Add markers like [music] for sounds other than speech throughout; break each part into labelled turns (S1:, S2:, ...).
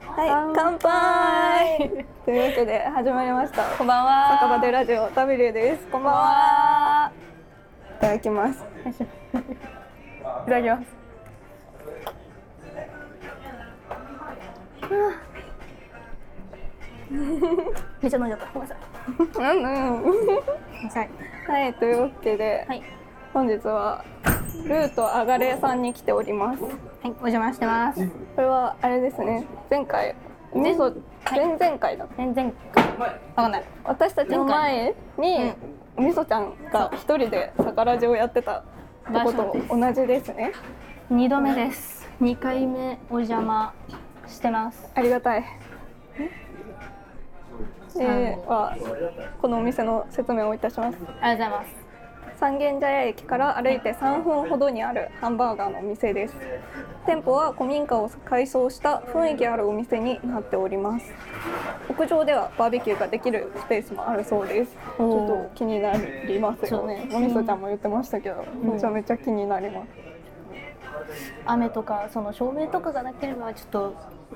S1: はい、乾杯。というわけで始まりました。
S2: こんばんは。
S1: 酒場でラジオ W です。こんばんは。
S2: はい
S1: ただきます。
S2: いただきます。めっちゃ飲んじゃった。ごめんなさ
S1: う
S2: い。
S1: んうん。はい、というわけで、
S2: はい。
S1: 本日はルートあがれさんに来ております。
S2: はい、お邪魔してます。
S1: これはあれですね。前回、みそ前々回だ。
S2: 全然。わかんない。
S1: 私たちの前に、みそちゃんが一人で酒ラジをやってたとこと同じですね。
S2: 二度目です。二回目お邪魔してます。
S1: ありがたい。ではこのお店の説明をいたします。
S2: ありがとうございます。
S1: 三軒茶屋駅から歩いて3分ほどにあるハンバーガーのお店です。店舗は古民家を改装した雰囲気あるお店になっております。屋上ではバーベキューができるスペースもあるそうです。ちょっと気になりますよね。おみそちゃんも言ってましたけど、めちゃめちゃ気になります。
S2: 雨とかその照明とかがなければちょっ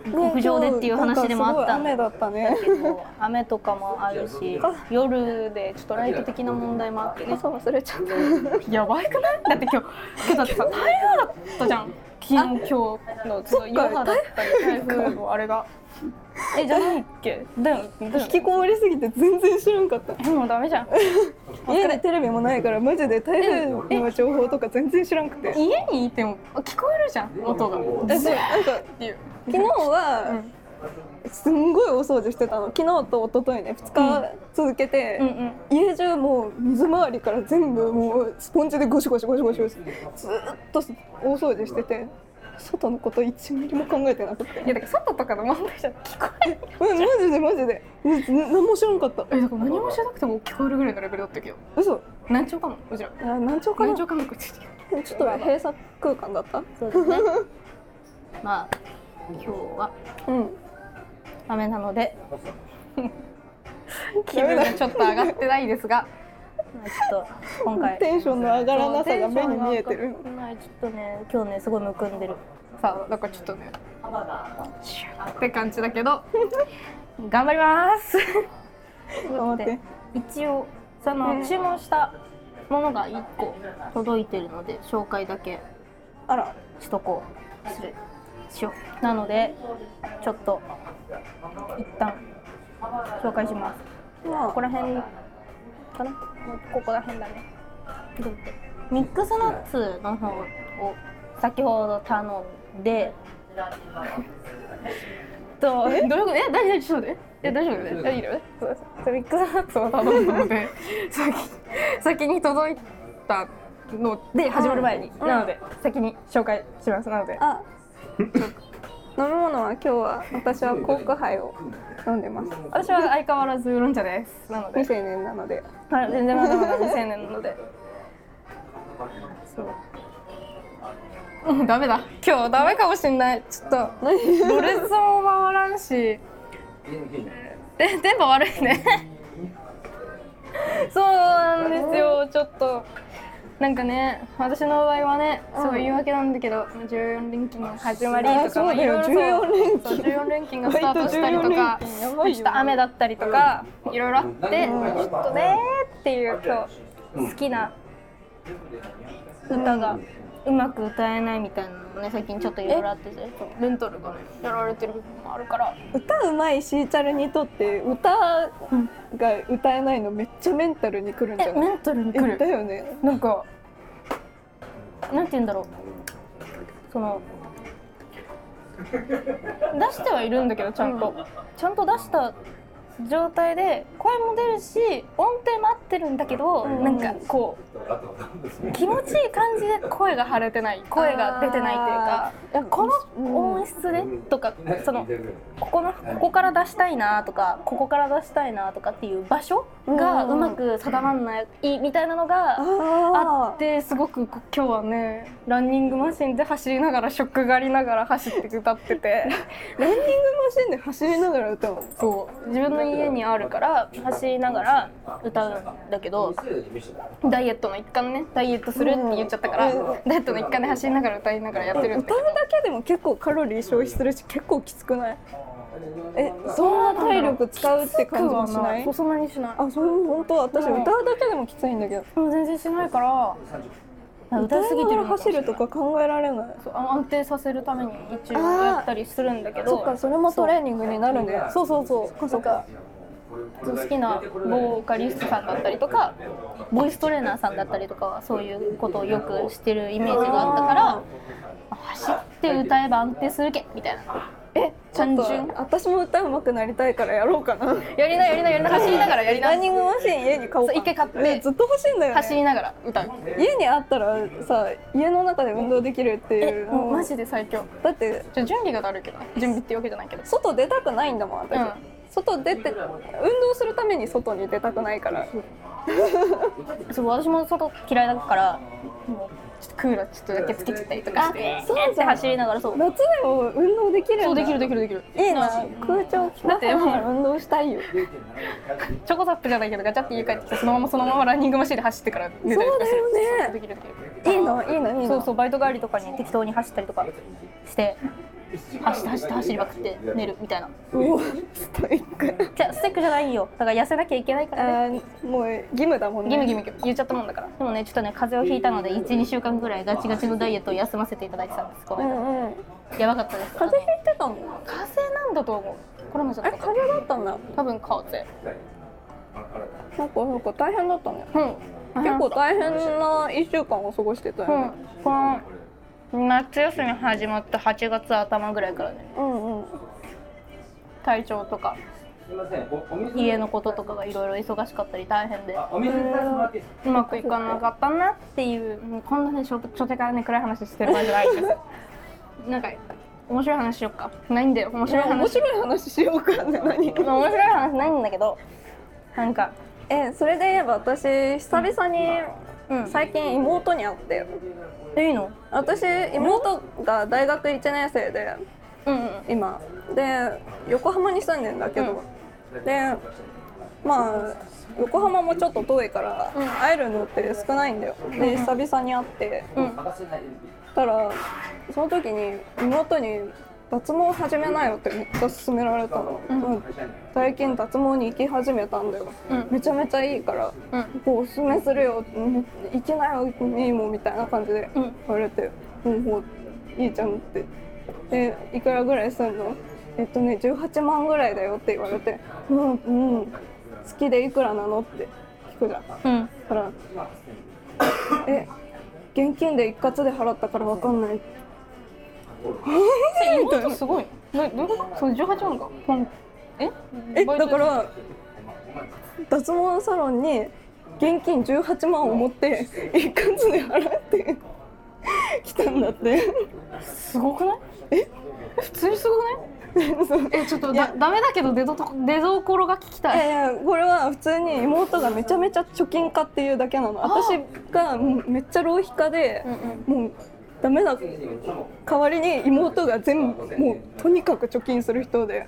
S2: と
S1: ね
S2: 屋上でっていう話でもあった
S1: 今
S2: ん
S1: 日な
S2: だ
S1: んかすごい雨だった
S2: け
S1: ね。 [laughs]
S2: ど雨とかもあるし夜でちょっとライト的な問題もあってね
S1: 傘忘れちゃった。
S2: やばいくないだって今日今日だってさ台風だったじゃん昨日今日のその余波だったり台風のあれがえじゃないっけだよねだよ
S1: 引き
S2: ね
S1: こもりすぎて全然知らんかった。
S2: えもうダメじゃん
S1: 家でテレビもないからマジで台風の情報とか全然知らんくて
S2: 家にいても聞こえるじゃん音が
S1: だってなんか
S2: っていう
S1: 昨日はすんごいお掃除してたの昨日と一昨日ね2日続けて、
S2: うんうん
S1: 家中もう水回りから全部もうスポンジでゴシゴシゴシゴシゴシずーっと大掃除してて外のこと1ミリも考えてなくて [laughs]
S2: いやだから外とかの問題じゃん聞こえる
S1: うんマジでマジでうん何も知らんかった
S2: えだから何もしなくても聞こえるぐらいのレベルだったけど
S1: 嘘
S2: 難聴かもうちら
S1: あ難聴かな
S2: 難
S1: ちょ
S2: 聴かもこ
S1: っと閉鎖空間だった
S2: そうですね [laughs] まあ今日は
S1: うん
S2: 雨なので [laughs] 気分がちょっと上がってないですが [laughs] まあちょっと今回
S1: テンションの上がらなさが目に見えてる
S2: まあちょっとね今日ねすごいむくんでるさあなんかちょっとねシュッって感じだけ
S1: [laughs]
S2: ど頑張ります
S1: 頑張って
S2: 一応その注文したものが1個届いてるので紹介だけ
S1: あら
S2: しとこうするしようなのでちょっと一旦紹介します
S1: まあ
S2: ここら辺かなもうここら辺だねどうってミックスナッツの方を先ほど頼んでとえ [laughs] どういうことえ大丈夫ちょっと待ってえ大丈夫だよね大丈夫だよねそうそうミックスナッツを頼んだので [laughs] 先先に届いたので始まる前に、
S1: うん
S2: なので先に紹介しますなので
S1: あ飲み物は今日は私はコークハイを飲んでます
S2: 私は相変わらずウーロン茶ですなので
S1: 未成年なので
S2: はい、全然まだまだ未成年なので。そう。うん、ダメだ。今日ダメかもしんない。ちょっと。ドレスも回らんし。で、電波悪いね。そうなんですよ。ちょっと。なんかね、私の場合はね、そう言い訳なんだけど、14連休の始まり
S1: あ
S2: とか、
S1: そうだよ
S2: まあいろいろそ
S1: 14
S2: う
S1: 連休
S2: そう14連休がスタートしたりとか
S1: 割と14連休やばいよね
S2: ちょっと雨だったりとかいろいろあってちょっとねーっていう今日好きな歌がうまく歌えないみたいなのもね最近ちょっといろいろあっててレントルがねやられてる部分もあるから
S1: 歌うまいシーチャルにとって歌が歌えないのめっちゃメンタルにくるんじ
S2: え
S1: ゃない
S2: レントルに来
S1: えだ
S2: る
S1: よね
S2: なんかなんて言うんだろうその出してはいるんだけどちゃんと、ちゃんと出した状態で声も出るし音程も合ってるんだけど、なんかこう気持ちいい感じで声が腫れてない声が出てないというか
S1: あー
S2: この音質でとかそのここのここから出したいなとかここから出したいなとかっていう場所がうまく定まんないみたいなのがあ
S1: あ
S2: ってすごくこ今日はねランニングマシンで走りながらショック狩りながら走って歌ってて
S1: ーランニングマシンで走りながら歌うの
S2: [laughs] そう自分の家にあるから走りながら歌うんだけどダイエットの一環ねダイエットするって言っちゃったから、
S1: うん
S2: ダイエットの一環で走りながら歌いながらやってるんだけ
S1: 歌
S2: ど
S1: うだけでも結構カロリー消費するし結構きつくないえそんな体力使うって感じもしない
S2: そうそんなにしない
S1: あそれも本当私
S2: うん
S1: 歌うだけでもきついんだけど
S2: もう全然しない
S1: 歌いなが
S2: から歌いすぎてる
S1: ら走るとか考えられない
S2: そうあの安定させるために一応やったりするんだけど
S1: そっかそれもトレーニングになるね
S2: そうそうそう
S1: っかそっか
S2: そう好きなボーカリストさんだったりとかボイストレーナーさんだったりとかはそういうことをよくしてるイメージがあったからあ走って歌えば安定するけみたいな
S1: えちょっ
S2: 単
S1: と
S2: 純
S1: 私も歌うまくなりたいからやろうかな
S2: やりなやりなやりな走りながらやり
S1: ラ
S2: な
S1: ンニングマシン家に買おうか
S2: そう一回買って
S1: ねずっと欲しいんだよね
S2: 走りながら歌う
S1: 家にあったらさ家の中で運動できるってい
S2: え
S1: うの
S2: マジで最強
S1: だって
S2: ちょ準備がだるいけど準備っていうわけじゃないけど
S1: 外出たくないんだもん私、
S2: うん
S1: 外出て運動するために外に出たくないから
S2: そう私も外嫌いだからもうちょっとクーラーちょっとだけつけてたりとかして
S1: そうじゃん
S2: って走りながらそう
S1: 夏でも運動できるんだ
S2: そうできるできるできる
S1: いいな空調着ながら運動したいよ
S2: チョコザップじゃないけどガチャって家帰ってきてそのままそのままランニングマシンで走ってから寝たりとかする
S1: そうだよね
S2: そうできるできる
S1: いいのいいのいい
S2: そう
S1: の
S2: そうバイト帰りとかに適当に走ったりとかして走って走って走りまくって寝るみたいな
S1: うおストイック
S2: じゃあステックじゃないよだから痩せなきゃいけないからね
S1: あーもう義務だもんね
S2: ギムギム言っちゃったもんだからでもねちょっとね風邪をひいたので12週間ぐらいガチガチのダイエットを休ませていただいてたんですこ
S1: う
S2: の間
S1: んうん
S2: やばかったです
S1: 風邪ひいてたの
S2: 風邪なんだと思うこれもじゃ
S1: あれ
S2: なか
S1: 風邪だったんだ
S2: 多分風邪
S1: なんかなんか大変だったね
S2: うん
S1: 結構大変な1週間を過ごしてた
S2: う
S1: よね、
S2: んこの夏休み始まった8月頭ぐらいからね
S1: うんうん
S2: 体調とか家
S3: 家の
S2: のこととかがいろいろ忙しかったり大変で
S3: お店に対してもらっていいですか
S2: うまくいかなかったなっていうもうこんなねしょ初手からね暗い話してる場合じゃないですなんか面白い話しよっかないんだよ面白い話
S1: 面白い話しようかね何
S2: 面白い話ないんだけどなんか
S1: [laughs] えそれで言えば私久々に
S2: うん
S1: 最近妹に会って
S2: いいの
S1: 私妹が大学1年生で
S2: うんうん
S1: 今で横浜に住んでんだけど、でまあ横浜もちょっと遠いから
S2: うん
S1: 会えるのって少ないんだよで久々に会って
S2: うん
S3: 任せないで
S1: たらその時に妹に「脱毛始めなよ」ってめっちゃ勧められたの、
S2: うん
S1: うん最近脱毛に行き始めたんだよ、
S2: うん
S1: めちゃめちゃいいから
S2: うん
S1: こうおすすめするようん行きなよいいもんみたいな感じで
S2: うん
S1: 言われて「うんほういいじゃん」って「でいくらぐらいすんの?」えっとね18万ぐらいだよって言われて「うんうん月でいくらなの?」って聞くじゃんだ
S2: うん
S1: から「え現金で一括で払ったから分かん [laughs] ない」
S2: え妹すごいなどういうことその18万がポンえ
S1: え
S2: バイ
S1: だ [laughs]
S2: ト
S1: から脱毛サロンに現金18万を持って一括で払って来たんだって。
S2: すごくないえ普通にすごくない
S1: そう
S2: えちょっとだダメだけど出どこ出どころが聞きたい
S1: えーこれは普通に妹がめちゃめちゃ貯金家っていうだけなの私がもうめっちゃ浪費家で、もうダメだ代わりに妹が全部もうとにかく貯金する人で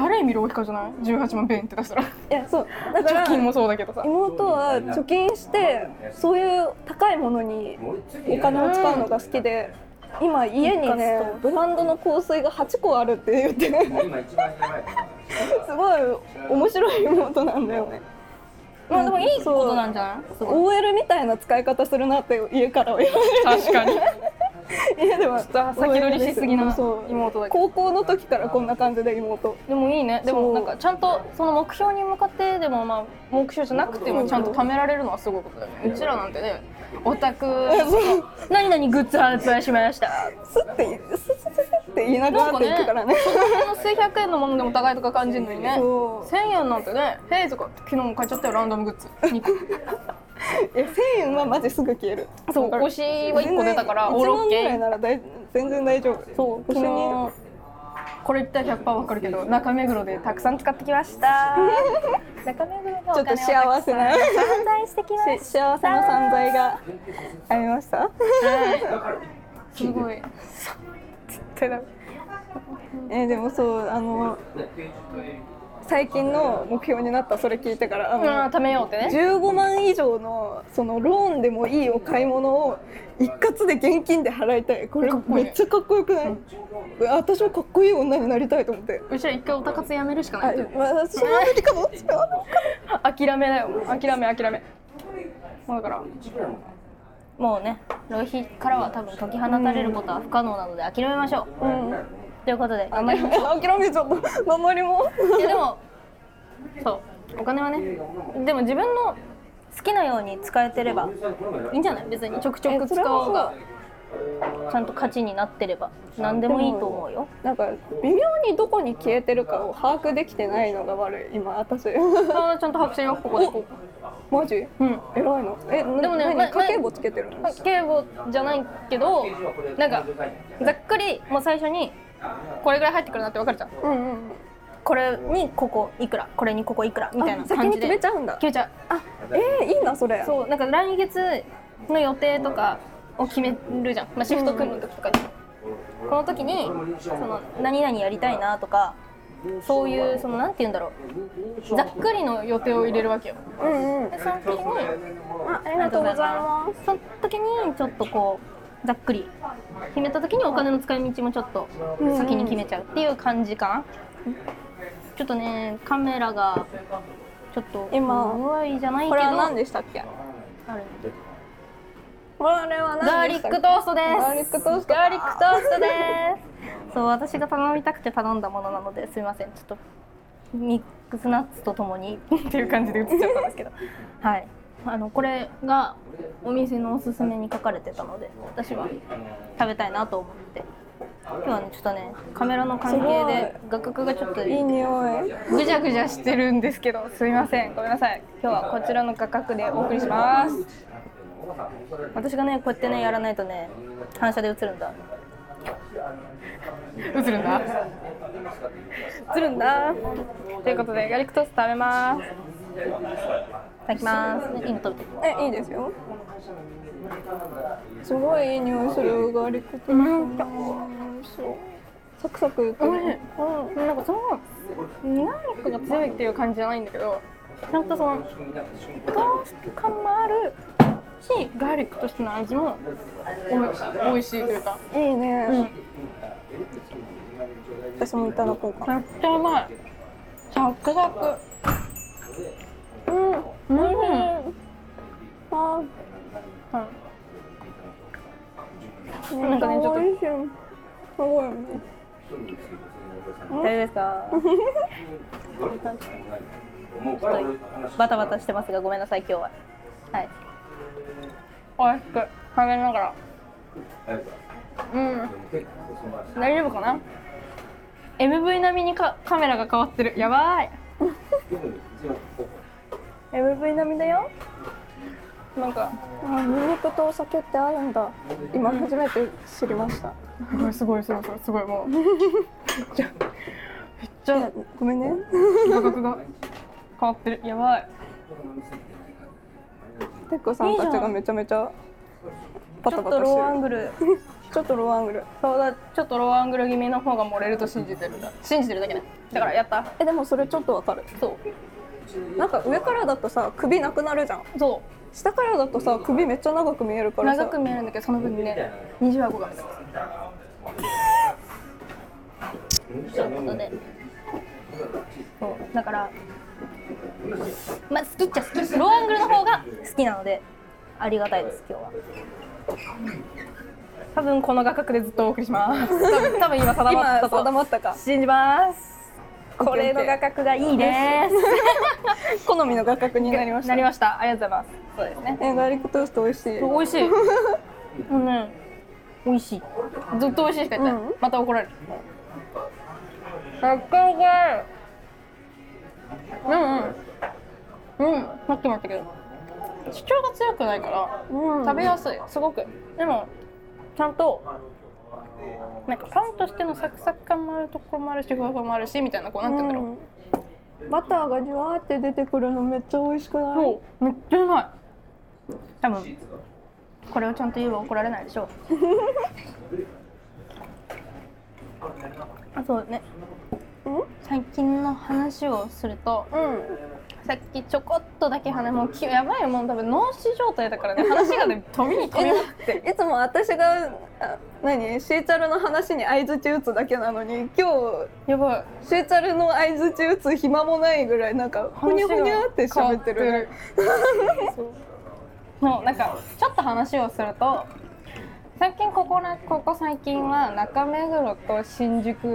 S2: ある意味浪費家じゃない18万ペンって出したら
S1: いやそうだか
S2: 貯
S1: ら
S2: 金もそうだけどさ
S1: 妹は貯金してそういう高いものにお金を使うのが好きで今家にねブランドの香水が8個あるって言ってね
S3: 今一番やばいから
S1: すごい面白い妹なんだよね。
S2: まあでもいいことなんんじゃないすごい
S1: OL みたいな使い方するなって家から言わ
S2: 確かに
S1: れて家では
S2: 先取りしすぎな
S1: そう
S2: 妹だけど
S1: 高校の時からこんな感じで妹
S2: でもいいねで
S1: そ
S2: も
S1: う
S2: なんかちゃんとその目標に向かってでもまあ目標じゃなくてもちゃんと貯められるのはすごいことだよねうちらなんてねオタ [laughs] ク何々グッズ発売しました
S1: スッてスッスッスッって言いなくなっていくからね
S2: この数百円のものでも高いとか感じるのにね
S1: そう
S2: 1000円なんてねフェイズが昨日も買っちゃったよランダムグッズ2個
S1: いや1000円はマジすぐ消える
S2: そう
S1: だから
S2: 腰は1個出たから
S1: 1
S2: オールオ
S1: 万
S2: ッ
S1: ぐ
S2: ケ
S1: らい
S2: ー
S1: なら大全然大丈夫
S2: そう
S1: 腰
S2: 昨
S1: に
S2: 日これ言ったら100%わかるけど中目黒でたくさん使ってきました
S1: ちょっ
S2: [laughs] 中目黒の
S1: と幸せな
S2: 散財してきま
S1: し幸せの散財がありま [laughs] した
S2: すごい。
S1: えーでもそうあの最近の目標になったそれ聞いてからあの
S2: うん、貯めようってね。
S1: 15万以上のそのローンでもいいお買い物を一括で現金で払いたいこれ
S2: かっこい
S1: め
S2: い
S1: っちゃかっこよくない私もかっこいい女になりたいと思って
S2: うちら一回おたかつやめるしか
S1: あ
S2: ない。
S1: 私も無理かも私も
S2: 諦めだよ。諦め諦め。もうだから。もうね、浪費からは多分解き放たれることは不可能なので諦めましょう。
S1: 無理かも
S2: ということで、
S1: うんあ [laughs] 諦めちゃった守りも
S2: いやでもそうお金はねでも自分の好きなように使えてればいいんじゃない別にちょくちょく使おうがちゃんと価値になってれば何でもいいと思うよ
S1: [laughs] なんか微妙にどこに消えてるかを把握できてないのが悪い今私 [laughs]
S2: あーちゃんと拍手よここで
S1: マジ
S2: うん
S1: 偉いのえで
S2: でもねな
S1: 家計簿つけてるの
S2: 敬語じゃないけどなんかざっくりもう最初にこれぐらい入ってくるなって分かるじゃん
S1: うんうん
S2: これにここいくらこれにここいくらみたいな
S1: あ先
S2: 感
S1: に
S2: じで
S1: 決めちゃうんだ
S2: 決めちゃう
S1: あえー、いいなそれ
S2: そうなんか来月の予定とかを決めるじゃん、まあ、シフト組む時とかに、この時にその何々やりたいなとかそういうそのなんて言うんだろうざっくりの予定を入れるわけよ
S1: うんうん
S2: でその時に
S1: あありがとうございます
S2: その時にちょっとこうざっくり決めた時にお金の使い道もちょっと先に決めちゃうっていう感じかな、ちょっとねカメラがちょっと
S1: 今
S2: 不具合じゃないけ
S1: こ
S2: ど
S1: れは何でしたっけ
S2: ある
S1: これは
S2: ガー
S1: 何
S2: リ
S1: で
S2: ッ
S1: したっ
S2: ク
S1: け
S2: トーストです。
S1: ガーリックトーストか
S2: ガーリックトーストです。そう、私が頼みたくて頼んだものなので、すみません、ちょっと。ミックスナッツとともにっていう感じで映っちゃったんですけど。はい。あの、これがお店のおすすめに書かれてたので、私は食べたいなと思って。今日はね、ちょっとね、カメラの関係で画角がちょっと
S1: いい匂い
S2: ぐじゃぐじゃしてるんですけど、すみません、ごめんなさい。今日はこちらの画角でお送りします。私がね、こうやってね、やらないとね、反射で映るんだ。映るんだ。映るんだ。ということで、ガーリックトースト食べます。いただきます。いいの食べて。
S1: えいいですよすごいいい匂いするガーリックト
S2: う
S1: ース
S2: ん。
S1: ト美味しそうサクサクいくね
S2: うん、なんかその、ガーリックが強いっていう感じじゃないんだけど、ちゃんとその、トースト感もあるし、ガーリックとしての味もお美味しいというか、
S1: いいね、
S2: うん、めっ
S1: 私もいただこうか
S2: ちゃうまい。サクサク。
S1: うんうん
S2: うん。
S1: あー
S2: なんかねちょっと
S1: めちゃ美味しいすごいね
S2: 大丈夫ですかちょっとバタバタしてますがごめんなさい今日ははいおいしく食べながらうん大丈夫かな MV 並みにかカメラが変わってるやばい MV 並みだよなんか
S1: あーニンニクとお酒って合うんだ今初めて知りました
S2: すごいすごいすごいすごいすごいもうめっちゃめっち
S1: いや
S2: ゃ
S1: ごめんね
S2: 画角が変わってるやばい
S1: てっこさんたちがめちゃめちゃパタパタしてる
S2: グル
S1: ちょっとローアングル
S2: そうだちょっとローアングル気味の方が漏れると信じてるんだ信じてるだけねだからやった
S1: えでもそれちょっとわかる
S2: そう
S1: なんか上からだとさ首なくなるじゃん
S2: そ
S1: 下からだとさ首めっちゃ長く見えるか
S2: う
S1: らさ
S2: 長く見えるんだけどその分ね20箱が見えますということ [laughs] でそうだからまあ好きっちゃ好きローアングルの方が好きなのでありがたいです今日は多分この画角でずっとお送りします多分多分今定
S1: 今
S2: まった
S1: 定
S2: と
S1: まったか
S2: 信じますこれの画角がいいです [laughs]
S1: 好みの画角になりました
S2: なりました。ありがとうございます。そうですね。
S1: えガーリックトースト美味しい
S2: 美味しい。 [laughs] うん、ね。美味しい。ずっと美味しいしか言ってない。
S1: うん
S2: また怒られる。めっちゃ怒られる。うんうん。うん。さっきも言ったけど、主張が強くないから、
S1: うん
S2: 食べやすい。すごく。でもちゃんと。なんかパンとしてのサクサク感もあるところもあるしふわふわもあるしみたいなこうなんて言うんだろう、
S1: うんバターがじゅわーって出てくるのめっちゃ美味しくない
S2: そうめっちゃうまい多分これをちゃんと言えば怒られないでしょうあそうね最近の話をすると
S1: うん
S2: さっきちょこっとだけ話もうきやばいもん多分脳死状態だからね話がね飛びに飛びまくって
S1: いつも私があ何シーチャルの話に相づち打つだけなのに今
S2: やばい
S1: 日シーチャルの相づち打つ暇もないぐらいなんかほにゃほにゃって喋ってるね
S2: そうもうなんかちょっと話をすると最近ここらここ最近は中目黒と新宿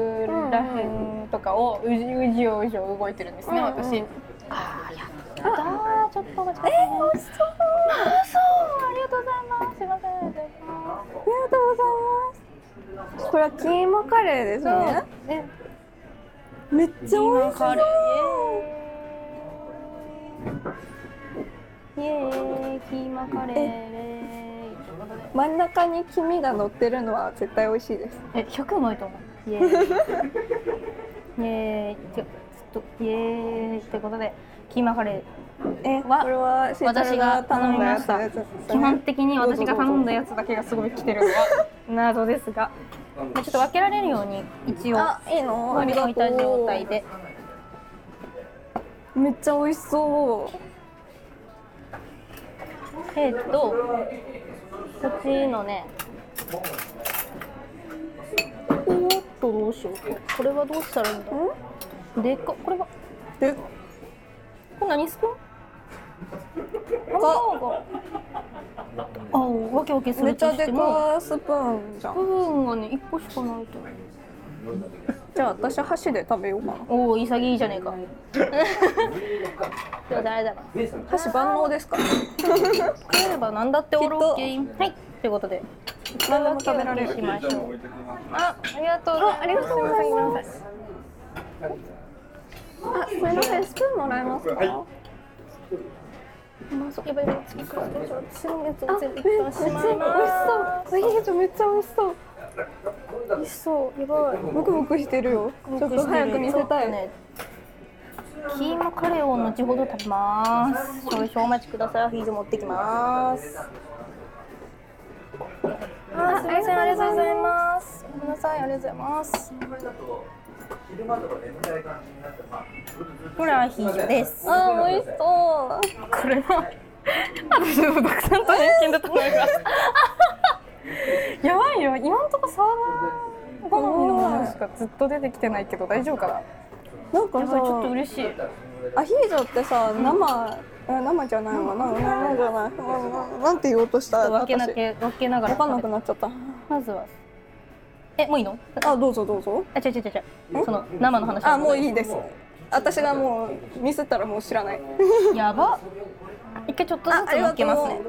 S2: らへんとかをうじうじうじを動いてるんですね、
S1: うんうん
S2: 私ああやったーちょっとお待ちえー、美味しそうあそうありがとうございますすいませんいただきま
S1: ありがとうございますこれはキーマカレーですね
S2: すそうえ
S1: めっちゃ美味し
S2: カレーイエーイキーマカレーレーということで
S1: そう真ん中に黄身が乗ってるのは絶対美味しいです
S2: え、100うまいと思う。イエ [laughs] ーイ。イエーイ。ちょっと、イエーイ。ってことで、キーマカレ
S1: え
S2: わ
S1: これはシーチャルが頼んだやつですね
S2: ー。基本的に私が頼んだやつだけがすごい来てるのが謎ですが、ちょっと分けられるように一応
S1: あいいのありがとう
S2: 置いた状態で。
S1: めっちゃ美味しそう
S2: えーっと、こっちのね、おーっとどうしよう。これはどうしたらいいんだろう。でっか、これは、
S1: で
S2: これ何スプーン
S1: か
S2: ああ、わけわけす
S1: め
S2: る
S1: っちゃ
S2: とし
S1: で
S2: ても。
S1: かスプーンじゃ
S2: 部
S1: ん
S2: 分がね、一個しかないと思う。
S1: じゃあ私箸で食べようかな
S2: おお潔いじゃねえか。でも誰だろう。
S1: 箸万能ですか
S2: 食えれば何だってオールオッケー。はい。ということで。
S1: 何でも食べられ
S2: 分け
S1: る
S2: 分けしましょう。あ、ありがとうございます。ありがとうございます。
S1: あすみませんスプーンもらえますか、
S2: うまそう。やばいやばい。次から次から私のやつ
S1: あ
S2: を
S1: め
S2: 全
S1: っち
S2: 部一
S1: ゃ美
S2: 気に
S1: 味
S2: し
S1: し
S2: まいま
S1: そういいじゃんめっちゃ美味しそう
S2: す。美味しそう。やばい。
S1: ブクブクしてるよちょっと早く見せたいね。
S2: キーマカレーを後ほど食べます。少々お待ちください。フィーズ持ってきます。あ、すみません。ありがとうございます。ごめんなさい。ありがとうございます。これはアヒージョです。
S1: あー美味しそう
S2: これは [laughs] 私のたくさんと偏見だと思います。 [laughs] やばいよ。今んとこサーバー好みのものしかずっと出てきてないけど大丈夫かな。
S1: なんか
S2: やばいちょっと
S1: さ
S2: 嬉しい。
S1: アヒージョってさ生、え生じゃないわな生じゃないなななんて言おうとした
S2: 分けな
S1: 私
S2: け分けながら
S1: 分かん
S2: 食べ
S1: な
S2: て
S1: くなっちゃった
S2: まずはえもういいの
S1: あどうぞどうぞ
S2: あ違う違う違う違うその生の話
S1: あもういいです私がもうミスったらもう知らない [laughs]
S2: やば一回ちょっとずつ乗っけますね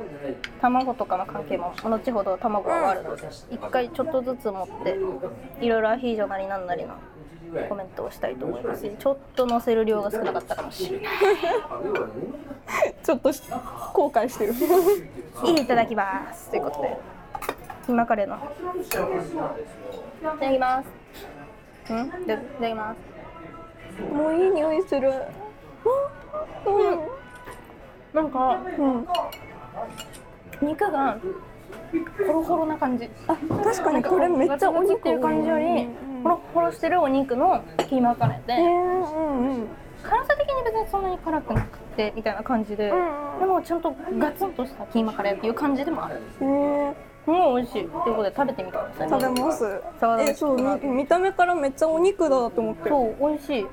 S2: 卵とかの関係も後ほど卵が割るので一回ちょっとずつ持っていろいろアヒージョなりなんなりのコメントをしたいと思いますしちょっと乗せる量が少なかったかもしれない
S1: ちょっとし後悔してる
S2: いただきますということで今カレーのいただきますうんいただきま
S1: [laughs]
S2: す
S1: もういい匂いする
S2: なんか
S1: うん、うん、
S2: 肉がホロホロな感じ
S1: あ確かにこれめっちゃお肉
S2: っていう感じより
S1: うん
S2: ホロホロしてるお肉のキーマカレーで、
S1: えー、うんうん
S2: 辛さ的に別にそんなに辛くなくてみたいな感じで、
S1: うんうん
S2: でもちゃんとガツンとしたキーマカレーっていう感じでもある
S1: えー、
S2: もう美味しいということで食べてみてください
S1: 食べます
S2: サワラ
S1: えそうみ見た目からめっちゃお肉だと思ってる
S2: そう美味しい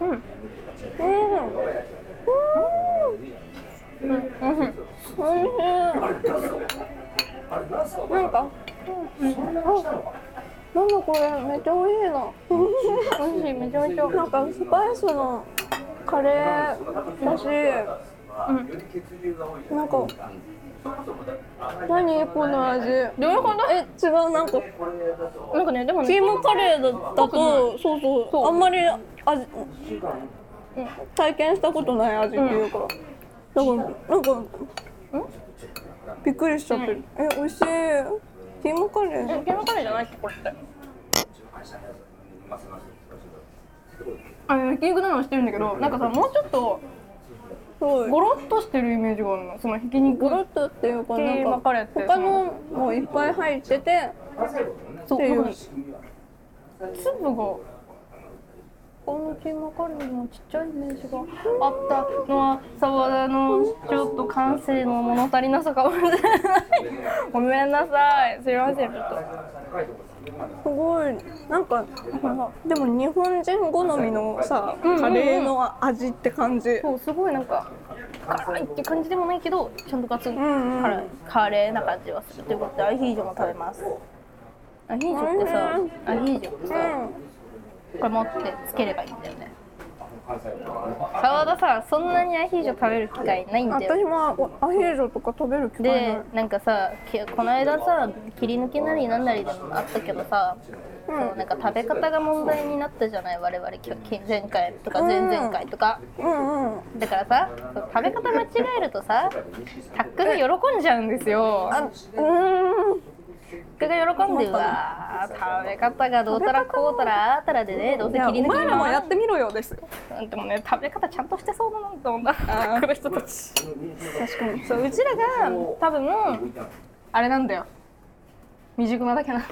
S2: うん
S1: うん
S2: うんうん
S1: おいしいなんかなんだこれめっちゃ美味しいな
S2: 美味しいめちゃめちゃ
S1: なんかスパイスのカレーだし、なんか何この味
S2: どういうこと
S1: え違うなんか
S2: なんかねでもね
S1: キーマカレーだだとそうそうあんまり味体験したことない味っていうか、だからなんかんびっくりしちゃってる、え美味しいキーマカレ
S2: え
S1: ー
S2: キーマカレーじゃないってこれってあの焼き肉なのしてるんだけどなんかさもうちょっと
S1: すごい
S2: ゴロッとしてるイメージがあるのそのひき肉
S1: ゴロッとっていうか
S2: キー
S1: な
S2: マ
S1: ん
S2: カレー
S1: か
S2: って
S1: 他のもいっぱい入ってて
S2: そう
S1: っていう
S2: なんかね粒がこのキーマカレーのちっちゃいイメージがあったのは沢田のちょっと感性の物足りなさかもしれないごめんなさいすいませんちょっと
S1: すごいなんかでも日本人好みのさ
S2: うんうんうん
S1: カレーの味って感じ
S2: そうすごいなんか辛いって感じでもないけどちゃんとガツン
S1: んうん
S2: 辛いカレーな感じはするということでアヒージョも食べますアヒージョってさアヒージョってさこれ持ってつければいいんだよね澤田さんそんなにアヒージョ食べる機会ないんだよ
S1: 私もアヒージョとか食べる機会ない
S2: でなんかさけこの間さ切り抜きなりなんなりでもあったけどさ、そうなんか食べ方が問題になったじゃない我々きょ前回とか前々回とか、
S1: うんうん
S2: だからさそう食べ方間違えるとさたっくんが喜んじゃうんですよ
S1: あうーん
S2: たっくんが喜んでうわー食べ方がどうたらこうたらあーたらでねどう
S1: い
S2: せ
S1: や
S2: 切り
S1: お
S2: 抜き
S1: 前らも
S2: 回
S1: やってみろよですよ
S2: でもね食べ方ちゃんとしてそうだなって思ったたっくんの人たち
S1: 確かに
S2: そううちらが多分あれなんだよ未熟なだけな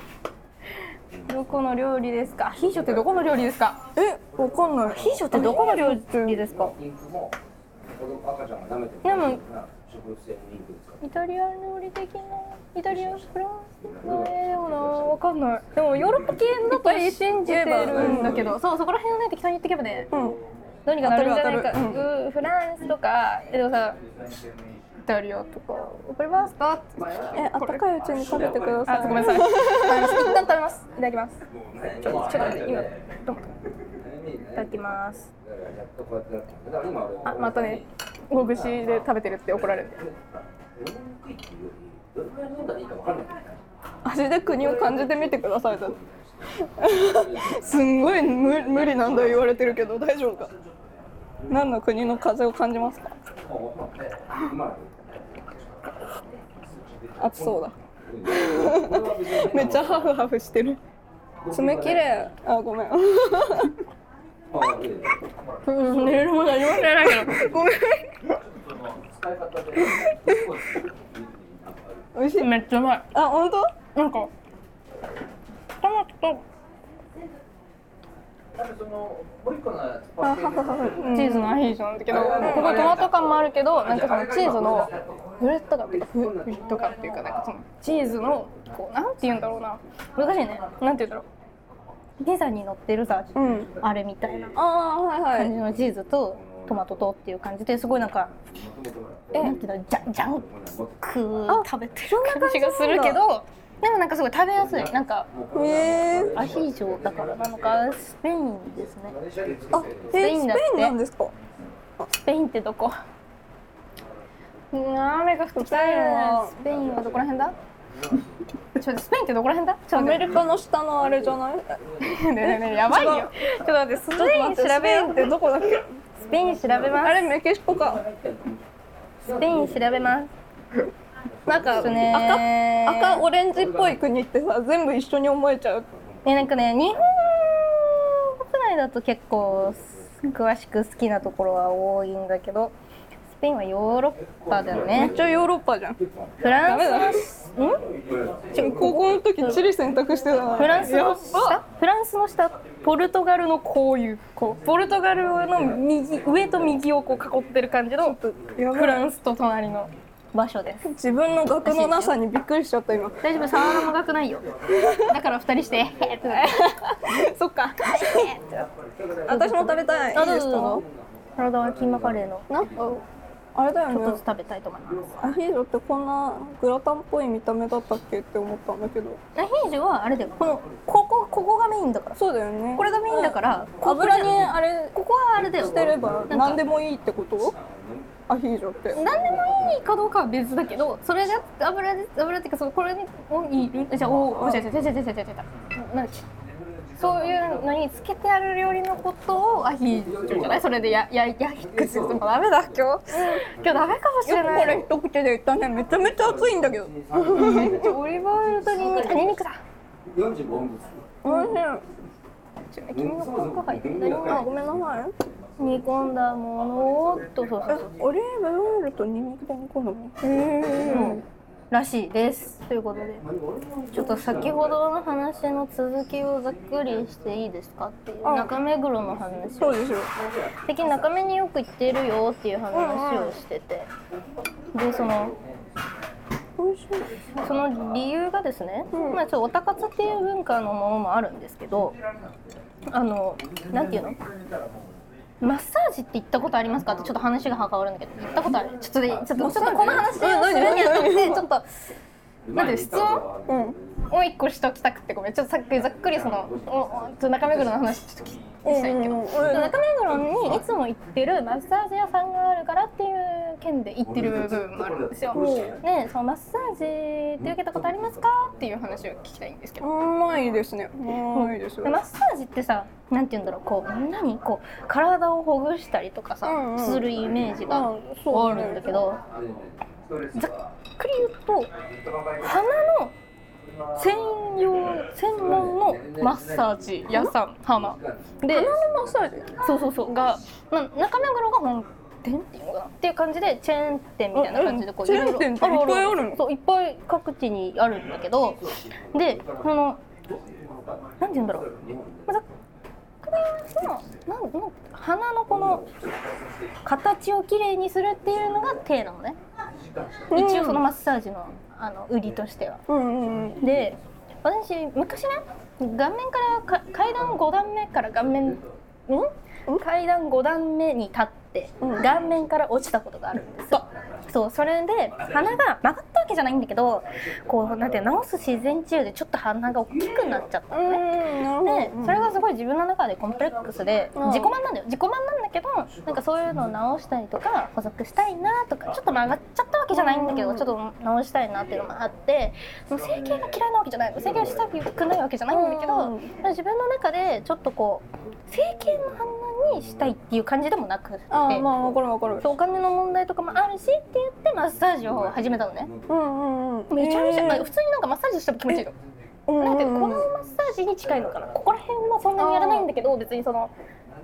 S2: どこの料理ですかアヒージョってどこの料理ですか
S1: えわかんないアヒージョってどこの料理
S2: ですか
S3: でも
S2: イタリア料理的なイタリアフランスのえよなわかんないでもヨーロッパ系だと信じてるんだけどそうそこら辺をね適当に言ってけばね
S1: うん
S2: どうにかなるんじゃない
S1: 当
S2: か、
S1: たる当た
S2: うんフランスとかえでもさイタリアとかわかりますかって
S1: えあったかいうちに食べてくださ
S2: あ
S1: い [laughs]
S2: ごめんなさい一旦食べますいただきます
S3: ちょっと
S2: ちょっと
S3: 待
S2: 待っ
S3: っ
S2: てて
S3: 今
S2: 今
S3: ど
S2: どうも
S3: うもい
S2: いた
S3: ただ
S2: だ
S3: き
S2: き
S3: ます
S1: [laughs]
S2: ます
S3: あ
S2: あ
S3: ま
S2: ま
S3: た
S2: た
S3: ね
S2: ね大口で食べてるって怒られる
S1: 味で国を感じてみてくださいだってすんごい無無理なんだ言われてるけど大丈夫か何の国の風を感じますか暑そうだめ
S2: [laughs]
S1: っちゃハフハフしてる爪綺麗あごめんうん寝れるものありませんごめん美味しい
S2: めっちゃうまい
S1: あ本当
S2: なんかトマト
S1: あハフハフ
S2: とチーズのアヒージョなんだけど、ここトマト感もあるけどなんかそのチーズのフレット感っていうかフフリット感っていうかなんかそのチーズのこうなんて言うんだろうな難しいねなんて言うんだろうピザに乗ってるさ
S1: うん、うん、
S2: あれみたいな
S1: ああはいは
S2: 感
S1: い
S2: じのチーズとトマトとっていう感じですごいなんか
S1: え
S2: なんていうのジャンジャンク
S1: あ
S2: 食べてる感じがするけどでもなんかすごい食べやすいなんか
S1: へえー、
S2: アヒージョだからなのかスペインですね
S1: あえスペ
S2: ペイ
S1: イン
S2: ンだって
S1: なんですか
S2: スペインってどこうん雨が降ってきた
S1: よ
S2: スペインはどこら辺だちょっとスペインってどこら辺だちょ
S1: ア
S2: っと
S1: メ
S2: 待っ
S1: リカの下のあれじゃない
S2: てねえねえねえやばいよちょっと待ってスペイン調べよ
S1: ってどこだっけ
S2: うスペイン調べま
S1: あれメキシコか
S2: すスペイン調べます
S1: なんか
S2: そうね
S1: 赤赤オレンジっぽい国ってさ全部一緒に思えちゃう
S2: ねなんかね日本国内だと結構詳しく好きなところは多いんだけどスペインはヨーロッパだよ
S1: め
S2: ね
S1: っちゃヨーロッパじゃん
S2: フランス
S1: ダメだ
S2: のん
S1: ちょ高校の時チリ選択してた
S2: フランス
S1: や
S2: の
S1: っ
S2: 下フランスの下ポルトガルのこういうこうポルトガルの右上と右をこう囲ってる感じの
S1: やばい
S2: フランスと隣の場所です
S1: 自分の額のなさにびっくりしちゃった今
S2: 大丈夫触るもがくないよだから二人してって [laughs] なる
S1: そっか私も食べたいい
S2: あ
S1: い
S2: どう
S1: で
S2: ぞ
S1: す
S2: ど
S1: か
S2: うぞ体はキーマカレーの
S1: なんかあれだよ
S2: ちょっと
S1: ね
S2: ずつ食べたいと思います
S1: アヒージョってこんなグラタンっぽい見た目だったっけって思ったんだけど
S2: アヒージョはあれだよこのここここがメインだから
S1: そうだよね
S2: これがメインだからここじゃ
S1: 油にあれ
S2: ここはあれだよ
S1: してれば
S2: なんか
S1: 何でもいいってことアヒージョって
S2: 何でもいいかどうかは別だけどそれが油で油っていうかそのこれにもいいじゃあおおじゃじゃじゃじゃじゃじゃじゃじゃなんだっけそういうのにつけてある料理のことをアヒージョじゃないそれでややや口でもうダメだ今日今日ダメかもしれ
S1: よく
S2: な
S1: こ
S2: い
S1: れ一口で言ったねめちゃめちゃ熱いんだけど
S2: めっちゃオリーブオイルとニンニクあニンニクだ
S1: 美味しい
S2: ちょ君のここ入ってない
S1: あごめんなさい
S2: 煮込んだものをっとそうそう
S1: えオリーブオイルとニンニクで煮込むの
S2: うんらしいです。ということで、ちょっと先ほどの話の続きをざっくりしていいですかっていう、
S1: うん
S2: 中目黒の話
S1: そ
S2: を
S1: うですよ
S2: 最近中目によく行ってるよっていう話をしてて、でその
S1: 美味しい
S2: その理由がですね、
S1: うん
S2: まあちょっとオタ活っていう文化のものもあるんですけどあのなんていうのマッサージって行ったことありますかってちょっと話がはかわるんだけど行ったことあるちょっとでちょっとちょっとこの話をするにあたってちょっとなんていうの質問
S1: うん
S2: を一個しときたくてごめんちょっとさっきざっくりそのおおちょっと中目黒の話ちょっと聞きしたいんだけど。
S1: うん
S2: 中目黒にいつも行ってるマッサージ屋さんがあるからっていう件で行ってる部分もあるんですよ。ね、そのマッサージって受けたことありますかっていう話を聞きたいんですけど。
S1: うまいですねうまいですよ
S2: でマッサージってさ、なんて言うんだろう、こう、何、こう、体をほぐしたりとかさ、
S1: うんうん
S2: するイメージが
S1: うんそ
S2: あ
S1: うね
S2: るんだけど、ざっくり言うと、鼻の専用、専門のマッサージ屋さん、鼻。で、
S1: マッサージ
S2: そうそうそうが、まあ、中目黒が本店っていうのかなっていう感じでチェーン店みたいな感じでこう
S1: うん
S2: いろいろ
S1: チェーン店っていっぱいあるの
S2: そういっぱい各地にあるんだけどでこのなんて言うんだろうまたこれのなんなん鼻のこの形をきれいにするっていうのが手なのね、一応そのマッサージのあの売りとしては。
S1: うんうんうん
S2: で私昔ね顔面からか階段5段目から顔面ん階段5段目に立って、顔面から落ちたことがあるんですよそうそれで鼻が曲がったわけじゃないんだけどこうなんていうの治す自然治癒でちょっと鼻が大きくなっちゃったのね、
S1: うんなる
S2: で
S1: ほど
S2: それがすごい自分の中でコンプレックスで
S1: うん
S2: 自己満なんだよ自己満なんだけどなんかそういうのを直したりとか補足したいなとかちょっと曲がっちゃったわけじゃないんだけどちょっと直したいなっていうのもあってもう整形が嫌いなわけじゃない整形はしたくないわけじゃないんだけ
S1: う
S2: ど
S1: ん
S2: 自分の中でちょっとこう整形の反応にしたいっていう感じでもなくて
S1: あーまあわかるわかる
S2: そうお金の問題とかもあるしって言ってマッサージを始めたのね。
S1: うんうんうん
S2: めちゃめちゃ、まあ
S1: えー
S2: 普通になんかマッサージしても気持ちいいの。なんていうのこのマッサージに近いのかなここら辺はそんなにやらないんだけど別にその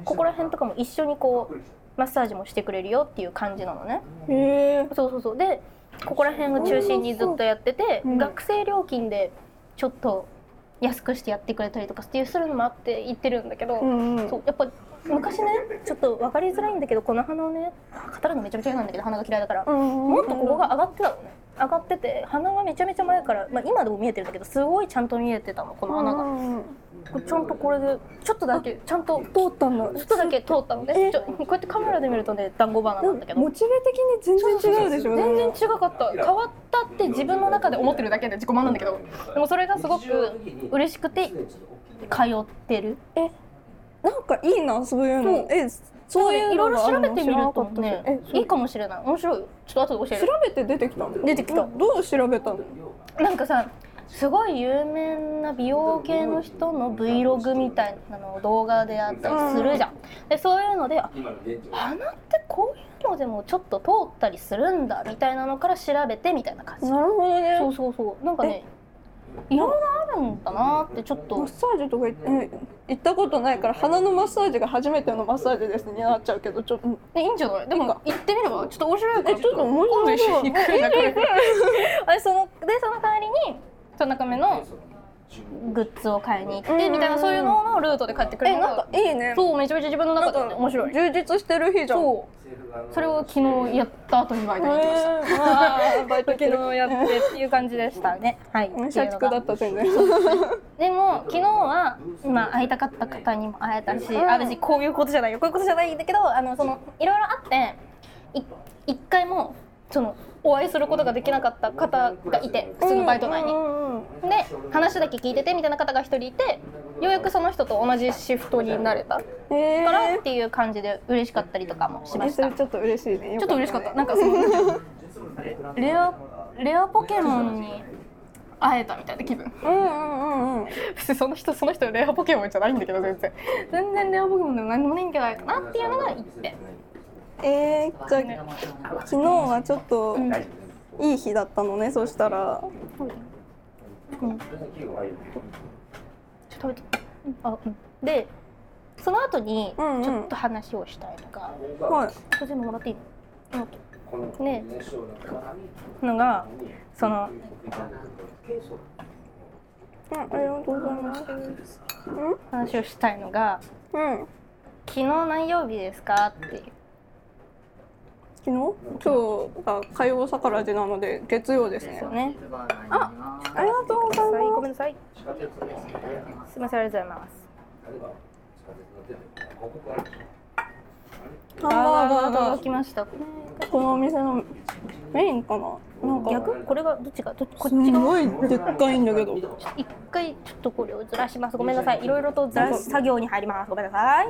S2: ここら辺とかも一緒にこうマッサージもしてくれるよっていう感じなのね
S1: へえ
S2: そうそうそうでここら辺を中心にずっとやってて、
S1: うん
S2: 学生料金でちょっと安くしてやってくれたりとかっていうするのもあって行ってるんだけど、
S1: うんうん
S2: そうやっぱ昔ねちょっと分かりづらいんだけどこの鼻をね語るのめちゃめちゃ嫌なんだけど鼻が嫌いだから、も
S1: も
S2: っとここが上がってたのね上がってて鼻がめちゃめちゃ前から、まあ、今でも見えてるんだけどすごいちゃんと見えてたのこの穴が、ちゃんとこれでちょっとだけちゃんと
S1: 通ったんだ
S2: ちょっとだけ通ったのね
S1: え
S2: ちょこうやってカメラで見るとね団子花なんだけど
S1: モチベ的に全然違うでしょ
S2: 全然違かった変わったって自分の中で思ってるだけで自己満なんだけどでもそれがすごく嬉しくて通ってる
S1: なんかいいなそういう
S2: そう
S1: のえそういう
S2: いろ
S1: の
S2: いろ
S1: があ
S2: 調
S1: る
S2: べ
S1: の
S2: てみ
S1: 知
S2: る
S1: らなか
S2: と
S1: ったし
S2: ね
S1: え
S2: い
S1: そ
S2: いかもしれない面白いよちょっと後で教え
S1: う
S2: る
S1: 調べて出てきたの
S2: 出てきた
S1: どどう調べたの
S2: なんかさすごい有名な美容系の人の Vlog みたいなのを動画でやったりするじゃん。でそういうのであ鼻ってこういうのでもちょっと通ったりするんだみたいなのから調べてみたいな感じ。
S1: なるほどね
S2: そうそうそうなんかねいろいろあるんだなってちょっ
S1: マ
S2: と
S1: ッサージとか行え行ったことないから鼻のマッサージが初めてのマッサージですになっちゃうけどちょっと
S2: えいいんじゃないでも行ってみればちょっと面白いか
S1: え
S2: ら
S1: ちょっと面白い
S2: 今度一緒に行くよ中
S1: [laughs]
S2: 目黒あそのでその代わりに田中目のグッズを買いに行ってみたいなそういうののルートで帰ってくれ
S1: え
S2: る
S1: なんかいいね
S2: そうめちゃめちゃ自分の
S1: な
S2: 中
S1: んか
S2: でね面白い
S1: 充実してる日じゃん
S2: そうそれを昨日やった後にバイトに行きました、
S1: えーあーバイト
S2: [laughs] 昨日やってっていう感じでしたねはい
S1: 社畜だった全然
S2: でも昨日はまあ会いたかった方にも会えたし、
S1: うん
S2: あ別にこういうことじゃないよこういうことじゃないんだけどあのそのいろいろあってい一回もそのお会いすることができなかった方がいて普通のバイト内に。
S1: うんうん
S2: で話だけ聞いててみたいな方が一人いてようやくその人と同じシフトになれたか
S1: うんえー
S2: らっていう感じで嬉しかったりとかもしま
S1: え
S2: し
S1: そ
S2: た
S1: れ。ちょっと嬉しいね
S2: ちょっと嬉しかった。なんかそのレアレアポケモンに会えたみたいな気分。
S1: うんうんうんうん
S2: 別 [laughs] にその人その人レアポケモンじゃないんだけど全然。全然レアポケモンでも何でもないんじゃないかなっていうのが一点。
S1: えー、じゃあ昨日はちょっと
S2: うん
S1: いい日だったのね、そしたら
S2: ちょっと食べて。うんあうん。でその後にち
S1: うんうん
S2: ょっと話をしたいとか。
S1: はい
S2: それでももらっていいの？ねのがその
S1: うん、ありがとうございます。
S2: 話をしたいのが
S1: うん、うん、
S2: 「昨日何曜日ですか?」っていう
S1: 昨日、今日が火曜宝寺なので、月曜ですね。
S2: ね
S1: あ、ありがとうござい
S2: ご
S1: ま
S2: めんなさいすいませんありがとうございます
S1: す。ハンバーガーが
S2: 届きました
S1: このお店のメインかな。なんか
S2: 逆これがどっちがどっちこ
S1: す
S2: っちが
S1: ごいでっかいんだけど。
S2: 一回ちょっとこれをずらしますごめんなさいいろいろとずらし作業に入りますごめんなさい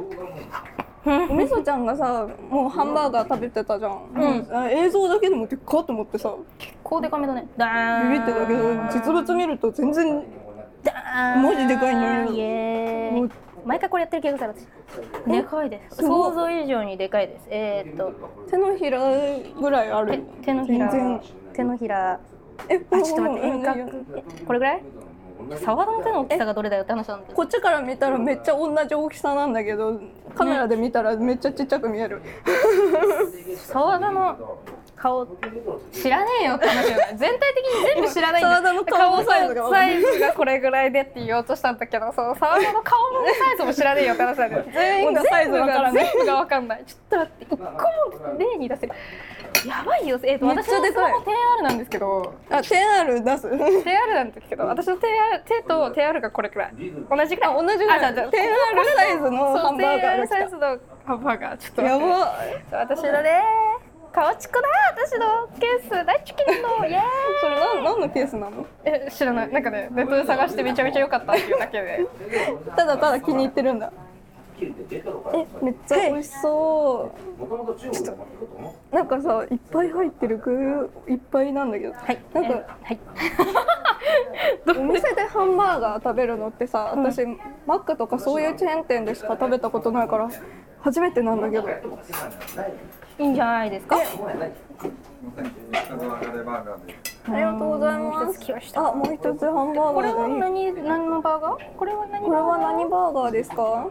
S1: みそちゃんがさ、もうハンバーガー食べてたじゃん。うん、映像だけでもでっかと思ってさ、
S2: こうでかめだねダーン
S1: ビビってたけど、実物見ると全然。
S2: ダーン
S1: 文字でかいのよ
S2: イエーイ毎回これやってる気がする私でかいです想像以上にでかいですえー、っと
S1: 手のひらぐらいある。
S2: 手のひら
S1: 全然
S2: 手のひら
S1: え、
S2: あちょっと待って
S1: うん
S2: 遠隔えこれぐらい沢田の手の大きさがどれだよって話なんです
S1: こっちから見たらめっちゃ同じ大きさなんだけどカメラで見たらめっちゃちっちゃく見える、
S2: 沢田の顔知らねえよって話
S1: [laughs]
S2: よね全体的に全部知らないんだよ
S1: 沢田の顔のサイズが
S2: サイズがこれぐらいでって言おうとしたんだけどそう沢田の顔のサイズも知らねえよって話なんだよ
S1: 全員がサイズわからない
S2: もう全部がわかんないちょっと待って一個も例に出せるやばいよえっ、と
S1: めっ
S2: 私
S1: ちゃ
S2: の
S1: で
S2: スマ
S1: かい
S2: ホ 10R なんですけど
S1: あ 10R [laughs] 出す
S2: 10R なんですけど私の 10R 手と 10R がこれくらい同じくらい
S1: 同じぐらい
S2: あじゃあ
S1: 10R サイズのハンバーガーが来
S2: サイ
S1: た
S2: ズのハンバーガーちょっと
S1: や
S2: 待って
S1: ば
S2: 私のね顔チコだ私のケース大好きなのイエーイ
S1: それ何何のケースなの
S2: え知らないなんかねネットで探してめちゃめちゃ良かったっていうだけで
S1: ただただ気に入ってるんだえめっちゃ美味しそ
S3: もともと中国だった
S1: うなんかさいっぱい入ってる具いっぱいなんだけどはいなんか
S2: はい
S1: [laughs] お店でハンバーガー食べるのってさ私、マックとかそういうチェーン店でしか食べたことないから初めてなんだけど
S2: いいんじゃないですか
S1: ありがとうございます。あ、もう一つハンバー
S2: こ
S1: ガ
S2: れ
S1: ー
S2: は
S1: がいい。
S2: 何何のバーガーこれは何
S1: これは何バーガーですか？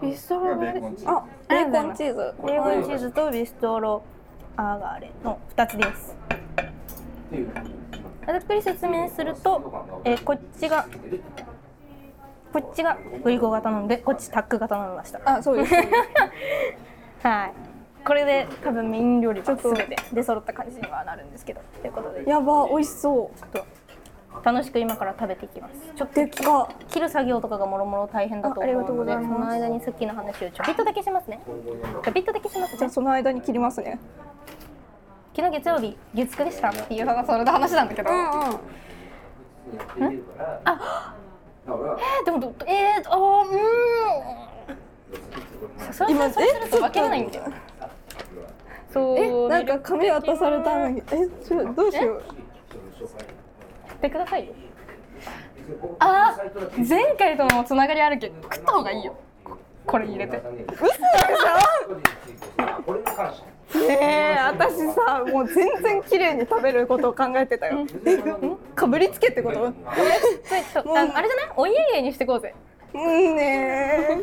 S2: ビストロベ
S1: あ、ベーコンチーズ。
S2: ー
S1: は
S2: コン
S1: い
S2: チーズとビストロアーガーレの2つですざっくり説明すると、えーこっちがこっちがグリコ型なのでこっちタック型になりました
S1: あ、そうです。
S2: はいこれで多分メイン料理が
S1: ちょっと
S2: 全て出揃った感じにはなるんですけどということで
S1: やば、美味しそう。
S2: 楽しく今から食べていきますちょっと
S1: でっか。
S2: 切る作業とかがもろもろ大変だと
S1: あありが
S2: 思
S1: と
S2: う
S1: う
S2: の
S1: ご
S2: で
S1: ざい
S2: そ
S1: ます
S2: の間にさっきの話をちょびっとだけしますねちょびっとだけします
S1: じゃあその間に切りますね。
S2: 昨日月曜日月9でしたっていう話それで話なんだけど、え
S1: ん。
S2: ーでもどえー、あーうーんそう
S1: 今
S2: そうすると
S1: え
S2: 分からないんだよそう
S1: え、なんか紙渡されたのに、え、ちょどうしよう。
S2: 言ってくださいよあー前回とのつながりあるけど食った方がいいよここれ入れて
S1: ええ、私さ、もう全然綺麗に食べることを考えてたよ。えかぶりつけってこと？
S2: ちょっとああれじゃないお家芸にしてこうぜ
S1: うんね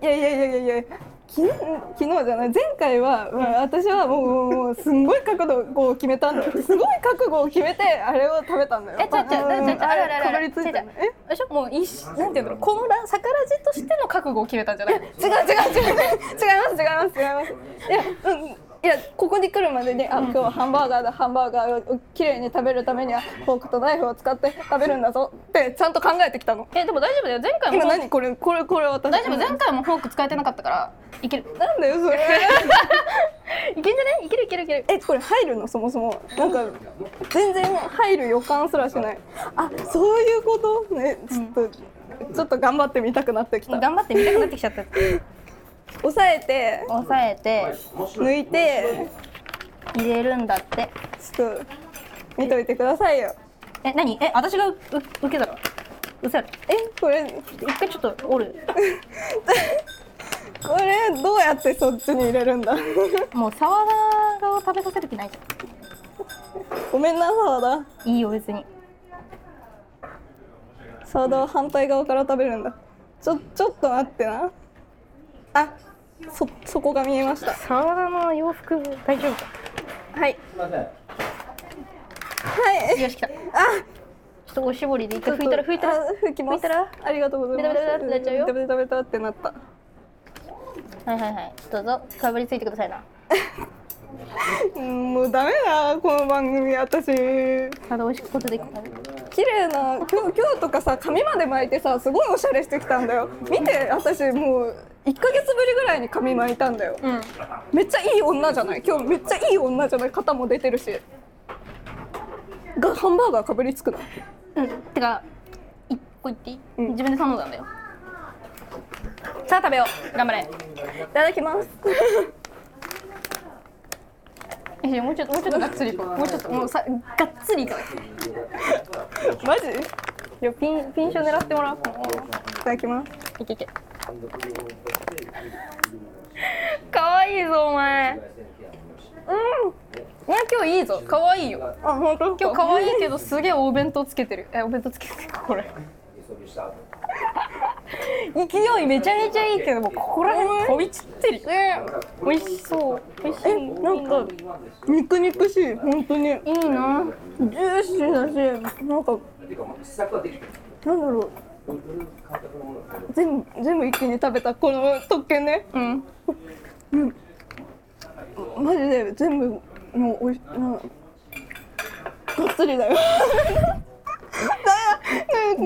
S1: ーいやいやいやいやいや昨日昨日じゃない前回は、まあ私はもうもうもうすんごい覚悟を決めたんだよすごい覚悟を決めてあれを食べたんだよ
S2: え、ちょちょ、ちょ、ちょ、
S1: うん
S2: あれ、あれ、あれ、
S1: かぶりついたのえ
S2: え、あれでしょ、もう、いし、なんていうんだろう、このら、逆らじとしての覚悟を決めたんじゃない。
S1: 違う違う違う違う違います違います違いますいやうんいやここに来るまでにあ今日はハンバーガーだハンバーガーを綺麗に食べるためにはフォークとナイフを使って食べるんだぞってちゃんと考えてきたの
S2: え、でも、大丈夫だよ、前回
S1: 今
S2: も。
S1: 何これこれこれ私
S2: 大丈夫、前回もフォーク使えてなかったから、いける。
S1: なんだよそれ
S2: いけんじゃない、いける、いける、いける。
S1: えこれ入るのそもそもなんか全然入る予感すらしないあそういうことねちょっと、ちょっと頑張ってみたくなってきた
S2: 頑張って、見たくなってきちゃった。
S1: 押さえて
S2: 押さえて、
S1: 抜いて
S2: 入れるんだって。
S1: ちょっと見といてくださいよ
S2: え、何、え、私が、う、受けたら。うせる。
S1: えこれ
S2: 一回ちょっと、折る。
S1: これどうやってそっちに入れるんだ [laughs]
S2: もう、サワダを食べさせる気ないじゃ
S1: ごめんな沢田
S2: ん。いいよ、別に。
S1: 沢田は反対側から食べるんだちょちょっと待ってなあそそこが見えました
S2: 沢田の洋服大丈夫か
S1: はい
S3: みません。
S1: はい
S2: よし来たあちょっとおしぼりで一回拭いたら拭いたら
S1: あ拭きます
S2: 拭いたら
S1: ありがとうございます
S2: ベタベタベタってなっちゃうよ
S1: ベタベタベタってなった
S2: はいはいはいどうぞかぶりついてくださいな
S1: うんもうダメだこの番組私綺
S2: まだ美味しくことできたね
S1: 麗な今日今日とかさ髪まで巻いてさすごいおしゃれしてきたんだよ見て私もう1ヶ月ぶりぐらいに髪巻いたんだよ
S2: うん
S1: めっちゃいい女じゃない今日めっちゃいい女じゃない肩も出てるしがハンバーガーかぶりつくな
S2: うん、てか一個言っていい、
S1: うん
S2: 自分で頼んだんだよさあ食べよう頑張れ
S1: いただきます
S2: えじゃあもうちょっともうちょっとがっつりいこうもうちょっともうさがっつりいこう
S1: マジい
S2: いやピンピン賞狙ってもらおう
S1: ただきます
S2: いけいけかわいいぞお前うんいや今日いいぞかわいいよ
S1: あ本当
S2: 今日かわいいけどすげえお弁当つけてるえお弁当つけてるこれ勢いめちゃめちゃいいけどもうここら辺飛び散ってるね美味しそう美味しい
S1: えなんか肉肉しい本当に
S2: いいな
S1: ジューシーだしなんかなんだろう全部全部一気に食べたこの特権ね
S2: うん
S1: マジで全部もうおいしなんがっつりだよだ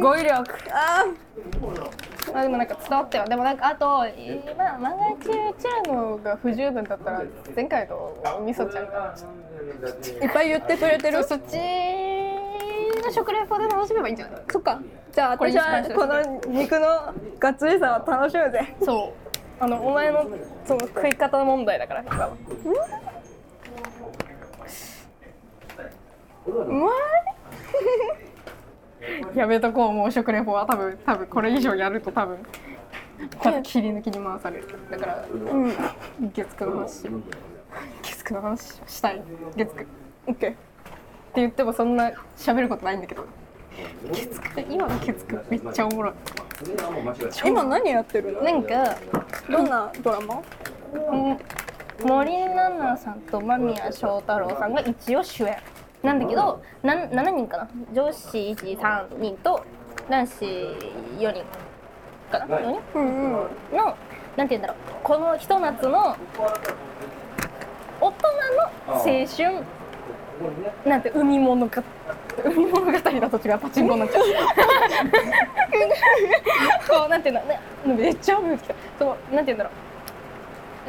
S2: 語彙力
S1: あ
S2: まあでもなんか伝わったよでもなんかあと今漫画中チェーノが不十分だったら前回のみそちゃんが
S1: ーいっぱい言ってくれて
S2: そ
S1: る
S2: うそっちの食レポで楽しめばいいんじゃない
S1: そっかじゃあ
S2: これ
S1: 私
S2: にしま
S1: は
S2: しょう
S1: この肉のがっつりさを楽しむぜ
S2: そうあのお前のその食い方問題だからさ
S1: うまい
S2: やめとこうもう食レポは多分多分これ以上やると多分こうやって切り抜きに回されるだから
S1: うん
S2: 月9の話月9の話したい月9
S1: オッケー
S2: って言ってもそんな喋ることないんだけどケツく今のケツくめっちゃおもろい
S1: 今何やってるの
S2: なんか、
S1: どんなドラマ
S2: うん、森七菜さんと間宮祥太朗さんが一応主演なんだけどな7人かな女子13人と男子4人かな4人
S1: うんうん
S2: のなんて言うんだろうこのひと夏の大人の青春なんて海物語海物語だと違うパチンコになっちゃうこうなんていうの、ね、めっちゃ雨降ってきたそのなんていうんだろ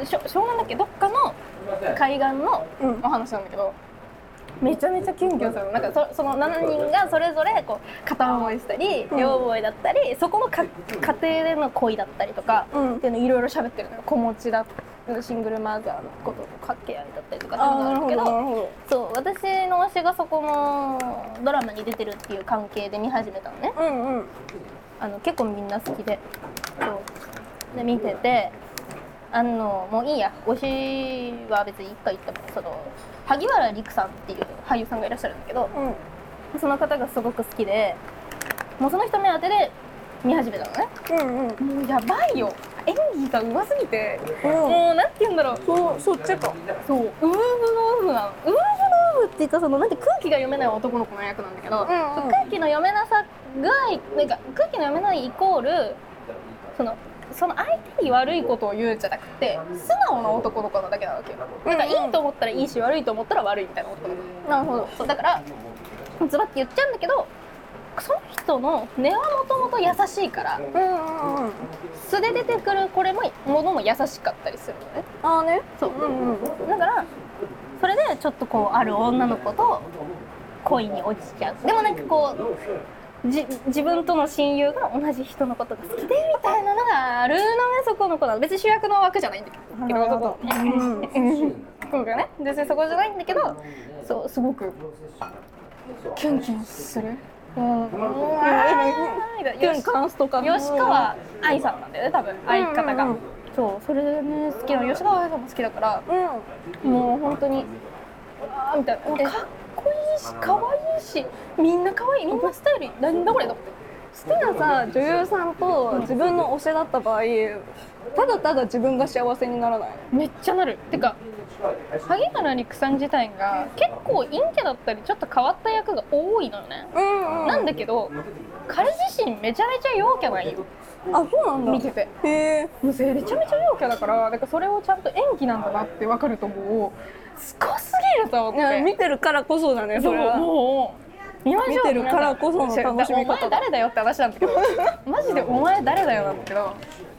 S2: うしょ湘南だっけどっかの海岸の
S1: うん
S2: お話なんだけど、めちゃめちゃキュンキュンするのなんかそその7人がそれぞれこう片思いしたり両思いだったりそこのか家庭での恋だったりとか、
S1: うん
S2: っていうのいろいろ喋ってるのよ子持ちだシングルマザーのことと掛け合いだったりとかっていう
S1: あ
S2: の
S1: ーなるほ
S2: があるけ
S1: どな
S2: ど
S1: るほど
S2: そう私の推しがそこのドラマに出てるっていう関係で見始めたのね
S1: うんうん
S2: あの結構みんな好きでそうで見ててあのもういいや推しは別に一回言ってもその萩原陸さんっていう俳優さんがいらっしゃるんだけど
S1: うん
S2: その方がすごく好きでもうその人目当てで見始めたのね
S1: うんうん
S2: もうやばいよ演技がうますぎて
S1: うん
S2: もうなんて言うんだろう
S1: そそっちか
S2: そうウーブのオフなのウーブのオフって言ったらそのなんて空気が読めない男の子の役なんだけど、
S1: んうん
S2: 空気の読めなさがなんか空気の読めないイコールそのその相手に悪いことを言うんじゃなくて素直な男の子なだけなわけよなんかいいと思ったらいいし悪いと思ったら悪いみたいな男の子なるほどそうだからズバッて言っちゃうんだけどその人の根はもともと優しいから
S1: うんうんうん
S2: 素で出てくるこれもものも優しかったりするのね
S1: ああね
S2: そう、
S1: うんうん
S2: だからそれでちょっとこうある女の子と恋に落ちちゃうでもなんかこうじ自分との親友が同じ人のことが好きでみたいなのがあるのねそこの子なの別に主役の枠じゃないんだけど
S1: なるほどうん
S2: そこがね別にそこじゃないんだけどそうすごくキュンキュンするうんうわー
S1: キュンカンスとか
S2: 吉川愛さんなんだよね多分相方が、
S1: うんうんうん
S2: そうそれでね好きなの吉川愛さんも好きだから
S1: うん
S2: もう本当にうわーみたいなかっこいいし可愛いしみんな可愛いみんなスタイルなんだこれと思って
S1: 好きなさ女優さんと自分の推しだった場合ただただ自分が幸せにならない
S2: めっちゃなるてか萩原陸さん自体が結構陰キャだったりちょっと変わった役が多いのよね、
S1: うんうん
S2: なんだけど彼自身めちゃめちゃ陽キャなんよ
S1: あそうなんだ
S2: 見てて
S1: へえ
S2: もうめちゃめちゃ陽キャだからだからそれをちゃんと演技なんだなって分かるともうすごすぎると思って
S1: 見てるからこそだね
S2: そ
S1: そうれは
S2: もう見ましょう
S1: 見てるからこその楽しみ方
S2: お前誰だよって話なん
S1: [laughs]
S2: だけどマジでお前誰だよなんだけど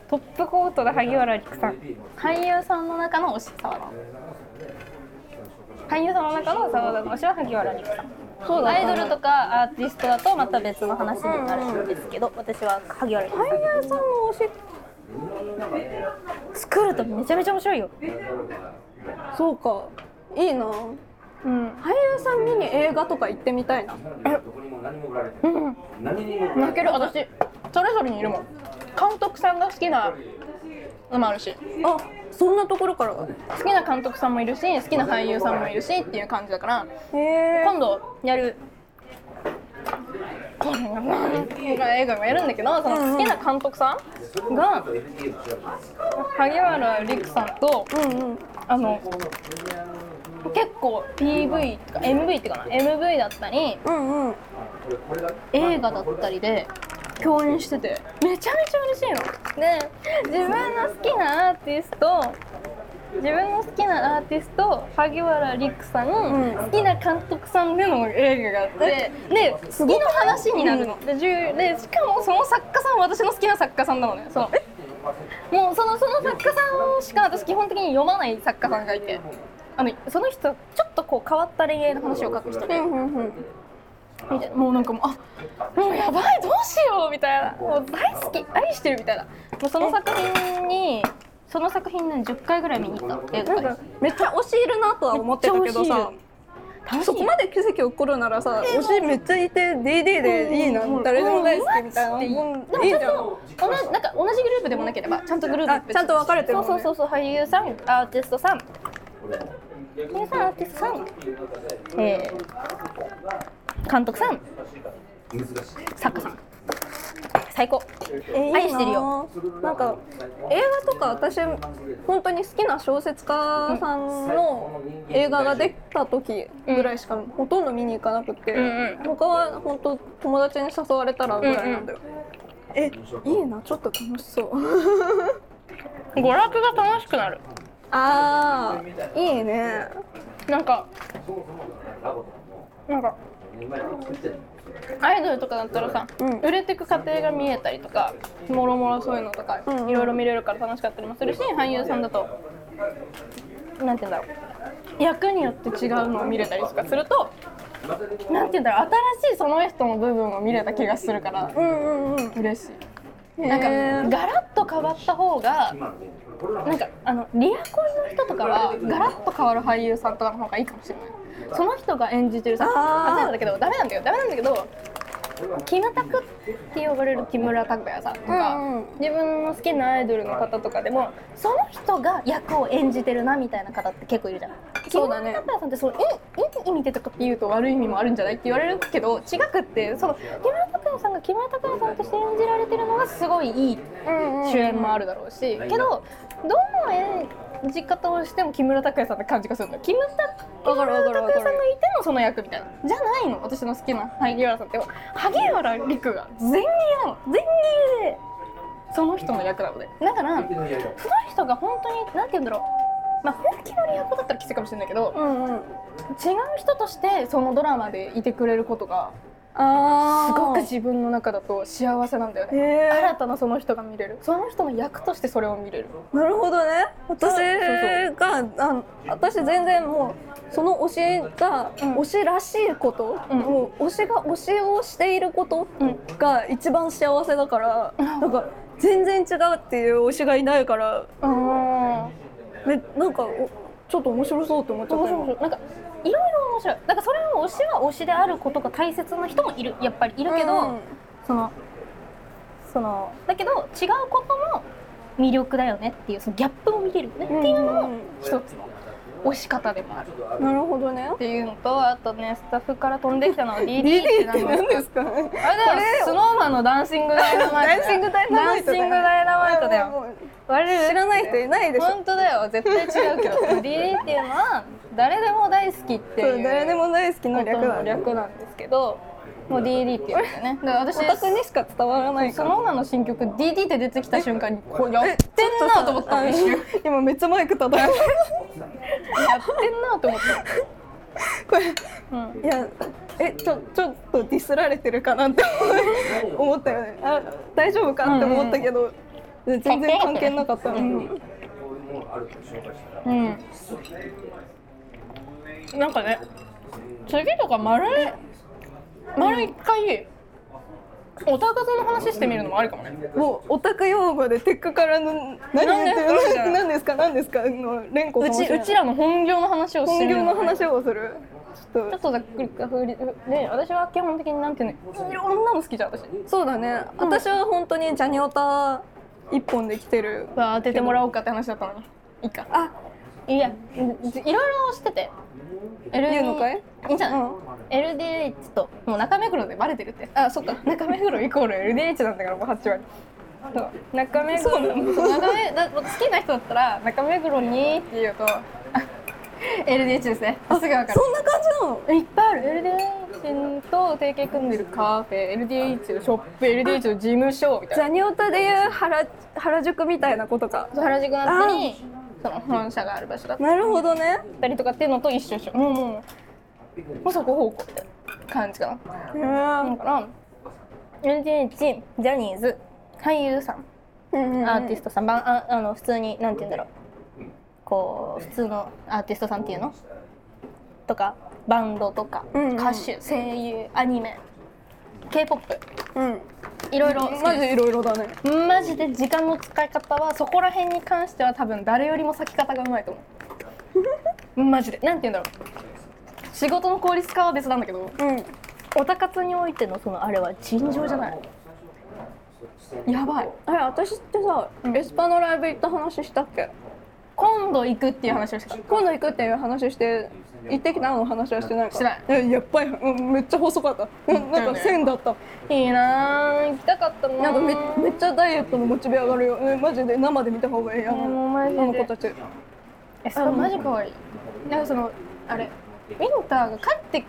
S2: トップコートで萩原陸さん俳優さんの中の推し沢田俳優さんの中の沢田の推しは萩原陸さん
S1: そうだ
S2: アイドルとかアーティストだとまた別の話になるんですけど、私は萩原陸さん
S1: 俳優さんの推し
S2: 作るとめちゃめちゃ面白いよ、
S1: そうかいいな
S2: うん、
S1: 俳優さん見に映画とか行ってみたいな
S2: うん、泣ける私それぞれにいるもん監督さんが好きなのもあるし
S1: あそんなところから
S2: 好きな監督さんもいるし好きな俳優さんもいるしっていう感じだから
S1: へえ
S2: 今度やるこの映画もやるんだけどその好きな監督さんが萩原陸さんと
S1: うんうん
S2: あの結構 PV とか MV っていうかな MV だったり
S1: うんうん
S2: 映画だったりで共演しててめちゃめちゃ嬉しいの。で自分の好きなアーティスト自分の好きなアーティスト萩原陸さん、好きな監督さんでの映画があってで好きの話になるの。でじゅうでしかもその作家さんは私の好きな作家さんなのね。そのもうそのその作家さんしか私基本的に読まない作家さんがいてあのその人はちょっとこう変わった恋愛の話を書く人で。
S1: うんうんうん
S2: みたいなもうなんかもうあもうやばいどうしようみたいなもう大好き愛してるみたいなもうその作品にその作品ね10回ぐらい見に行った映画
S1: なん
S2: 館
S1: かめっちゃ推しいるなとは思ってたけどさ
S2: めっ
S1: そこまで奇跡起こるならさ推しめっちゃいて DD でいいな誰でも大好きみたいな
S2: で
S1: も
S2: も
S1: ういい
S2: ち
S1: じゃ
S2: ょっと同じなんか同じグループでもなければちゃんとグルー
S1: あ
S2: プ
S1: ちゃんと分かれてるも
S2: そうん
S1: ね
S2: そうそうそう俳優さんアーティストさん俳優さんアーティストさん、えー監督さん作家さん最高
S1: ん
S2: 愛してるよ
S1: いいななんか映画とか私本当に好きな小説家さんの映画ができた時ぐらいしかほとんど見に行かなくて、
S2: んうん
S1: 他は本当友達に誘われたらぐらいなんだよ、えいいなちょっと楽しそう
S2: 娯楽が楽しくなる
S1: あーいいね
S2: なんかなんかアイドルとかだったらさ、
S1: うん
S2: 売れてく過程が見えたりとかもろもろそういうのとか、
S1: うんうん
S2: いろいろ見れるから楽しかったりもするし俳優さんだとなんて言うんだろう役によって違うのを見れたりとかするとなんて言うんだろう新しいその人の部分を見れた気がするから
S1: うんうんうん
S2: 嬉しい
S1: な
S2: なんかガラッと変わった方がなんかあのリアコンの人と
S1: [laughs]
S2: かはガラッと変わる俳優さんとかの方がいいかもしれないその人が演じてるさ
S1: あー
S2: 例えばだけどダメなんだよダメなんだけどキムタクって呼ばれる木村拓哉さんとか、
S1: うんうん
S2: 自分の好きなアイドルの方とかでもその人が役を演じてるなみたいな方って結構いるじゃん
S1: そうだね
S2: 木村拓哉さんってそのいいいい意味でとかって言うと悪い意味もあるんじゃないって言われるけど違くってその木村拓哉さんが木村拓哉さんとして演じられてるのがすごいいい主演もあるだろうし、けどどの演じ方をしても木村拓哉さんって感じがするんだよ木村拓
S1: わかるわかるわかる
S2: 哉さんがいてのその役みたいなじゃないの私の好きな萩原さんって萩原陸が全芸なの全芸でその人の役なのでだからその人が本当に何て言うんだろうまあ本気のリアコだったらきついかもしれないけど
S1: うんうん
S2: 違う人としてそのドラマでいてくれることが
S1: あ
S2: す
S1: ー
S2: ごく自分の中だと幸せなんだよね
S1: へー
S2: 新たなその人が見れるその人の役としてそれを見れる
S1: なるほどね私
S2: そう
S1: があの私全然もうその推しが
S2: うん
S1: 推しらしいこと、
S2: うん
S1: もう推しが推しをしていること
S2: うん
S1: が一番幸せだから、なんか全然違うっていう推しがいないから
S2: ああ
S1: めなんかおちょっと面白そうって思っちゃっ
S2: 面
S1: た
S2: 白い
S1: 今
S2: 面白いなんかいろいろ面白いなんかそれを推しは推しであることが大切な人もいるやっぱりいるけど、
S1: うん
S2: そのそのだけど違うことも魅力だよねっていうそのギャップを見れるよねっていうのも一つの推し方でもあるっ
S1: なるほどね
S2: ていうのとあとねスタッフから飛んできたのは DD
S1: DD
S2: って
S1: っ
S2: 何
S1: て
S2: の
S1: 何ですかね
S2: あれだよスノーマンのダンシングダイナマイト
S1: ダンシングダイナマイト
S2: [laughs] ダンシングダイナマイトだよ
S1: もう
S2: 我
S1: 知らない人いないでしょ
S2: 本当だよ絶対違うけど DD っていうのは誰でも大好きって
S1: そ
S2: いう
S1: う誰でも大好きの
S2: の
S1: 略
S2: 略
S1: だ
S2: な
S1: ね
S2: んですけどもう DD っていうんだよねで私
S1: オタクにしか伝わらない
S2: そ
S1: から
S2: の女の新曲 DD って出てきた瞬間にこうやってんなと思ったの一瞬やっ
S1: あ今めっちゃマイク叩いて
S2: てんなと思った
S1: これ
S2: うん
S1: いやえちょちょっとディスられてるかなって思思ったよねあ大丈夫かって思ったけど、全然関係なかったの、
S2: うんなんかね次とか丸い丸一回おたかとの話してみるのもありかもね
S1: もうオタク用語でテックからの何言って
S2: なんで
S1: る何ですか何ですかの連呼
S2: う
S1: かもし
S2: ち
S1: れないう
S2: ちらの本業の話をして
S1: 本
S2: み
S1: 業
S2: る
S1: の
S2: もね
S1: 話をするちょっ
S2: ち
S1: と
S2: ょっとざっくりかふりね私は基本的になんていうのいろんなの好きじゃん私
S1: そうだね、私は本当にジャニオタ一本で来てる
S2: 当ててもらおうかって話だったのにいいか
S1: あ
S2: いやいろいろしてて LD
S1: 言うのかい
S2: いいんじゃない、
S1: うん
S2: LDH ともう中目黒でバレてるってあそっか中目黒イコール LDH なんだからもう8割そう中目黒そう中目だ好きな人だったら中目黒にって言うとあ LDH ですねすぐ分かる
S1: そんな感じなの
S2: いっぱいある LDH と提携組んでるカフェ LDH のショップ LDH の事務所みたい
S1: ジ
S2: な
S1: ャニオタでいう原原宿みたいなことか
S2: 原宿のあたりにその本社がある場所だっ
S1: なるほどね
S2: たりとかっていうのと一緒一緒もうもうもうそこ方向みたいな感じかなだから LDH ジャニーズ俳優さんア
S1: ア
S2: ーティストさんばんああの普通になんて言うんだろうこう普通のアーティストさんっていうのとかバンドとか、
S1: うんうん
S2: 歌手声優アニメ k p o p
S1: うん
S2: いろいろ好き
S1: マジ
S2: で
S1: いろいろだね
S2: すマジで時間の使い方はそこら辺に関しては多分誰よりも先方がうまいと思
S1: [laughs]
S2: うマジでなんて言うんだろう仕事の効率化は別なんだけど
S1: うん
S2: おたかつにおいてのそのあれは尋常じゃないやばい
S1: あれ私ってさ、エスパのライブ行った話したっけ
S2: 今度行くっていう話をしてた
S1: 今度行くっていう話して行ってきたの話はしてないか
S2: して
S1: ないやっぱり、うん、めっちゃ細かったななんか線だった
S2: いいなぁ行きたかったなぁ
S1: なんかめめっちゃダイエットのモチベ上がるよ、うんマジで生で見た方がいいあの
S2: ねもうマジで
S1: あの子たち
S2: えそれマジ可愛いなんかそのあれウィンターが帰って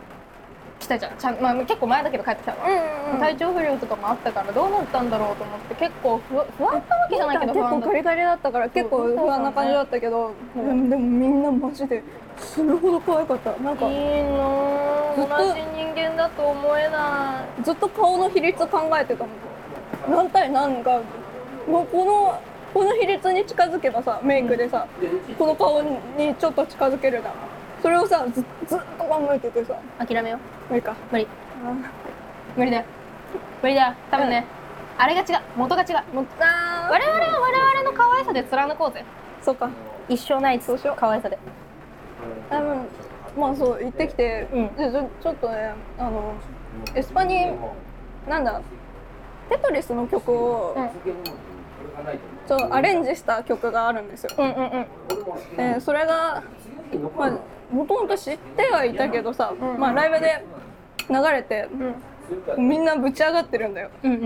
S2: きたじゃんちゃん、まあ、結構前だけど帰ってきたの、体調不良とかもあったからどうなったんだろうと思って結構不安不安なわけじゃないけど
S1: 結
S2: 不安
S1: 構
S2: だ
S1: ガリガリだったから結構不安な感じだったけど、うんでもみんなマジで死ぬほど可愛かったなんか
S2: いいの
S1: ずっと
S2: 同じ人間だと思えな
S1: ずっと顔の比率考えてたもん何対何がもうこのこの比率に近づけばさメイクでさ、この顔にちょっと近づけるだろそれをさずずっと考えててさ
S2: い諦めよう
S1: いいか
S2: 無理無理だよ無理だよ多分ね、あれが違う元が違う
S1: もった
S2: 我々は我々の可愛さで貫こうぜ
S1: そうか
S2: 一生ないです可愛さで
S1: あのまあそう行ってきて、
S2: うん
S1: でちょちょっとねあのエスパになんだテトリスの曲を、
S2: うん
S1: ちょっとアレンジした曲があるんですよ、
S2: うんうんうん
S1: えーそれがまあもともと知ってはいたけどさ、
S2: ん
S1: まあ、ライブで流れて、みんなぶち上がってるんだよ
S2: うんうん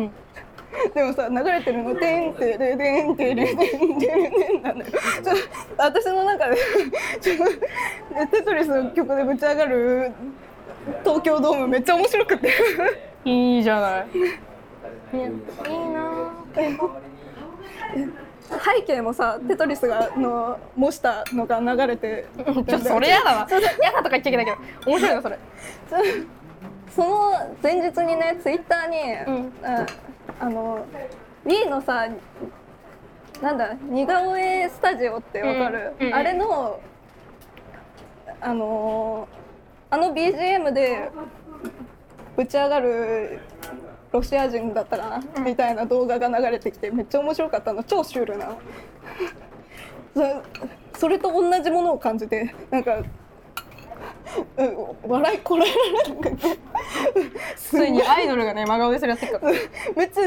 S1: でもさ流れてるの「てんてれでんてれでんてれでん」なんだよちょっと私の中でちょっとテトリスの曲でぶち上がる東京ドームめっちゃ面白くて
S2: いいじゃない。い
S3: い
S2: いな
S1: 背景もさテトリスがの模したのが流れて
S2: ぁ。ちょっとそれやだわ。やだとか言っちゃいけないけど、面白いなそれ。
S1: その前日にねツイッターに、
S2: うん
S1: ああの B のさなんだ似顔絵スタジオってわかる、
S2: うんうん
S1: あれのあのあの BGM でぶち上がるロシア人だったかな、みたいな動画が流れてきてめっちゃ面白かったの超シュールな [laughs] そそれと同じものを感じてなんかうん笑いこらえられなくて
S2: ついにアイドルがね真顔でするやつか
S1: [laughs] めっちゃ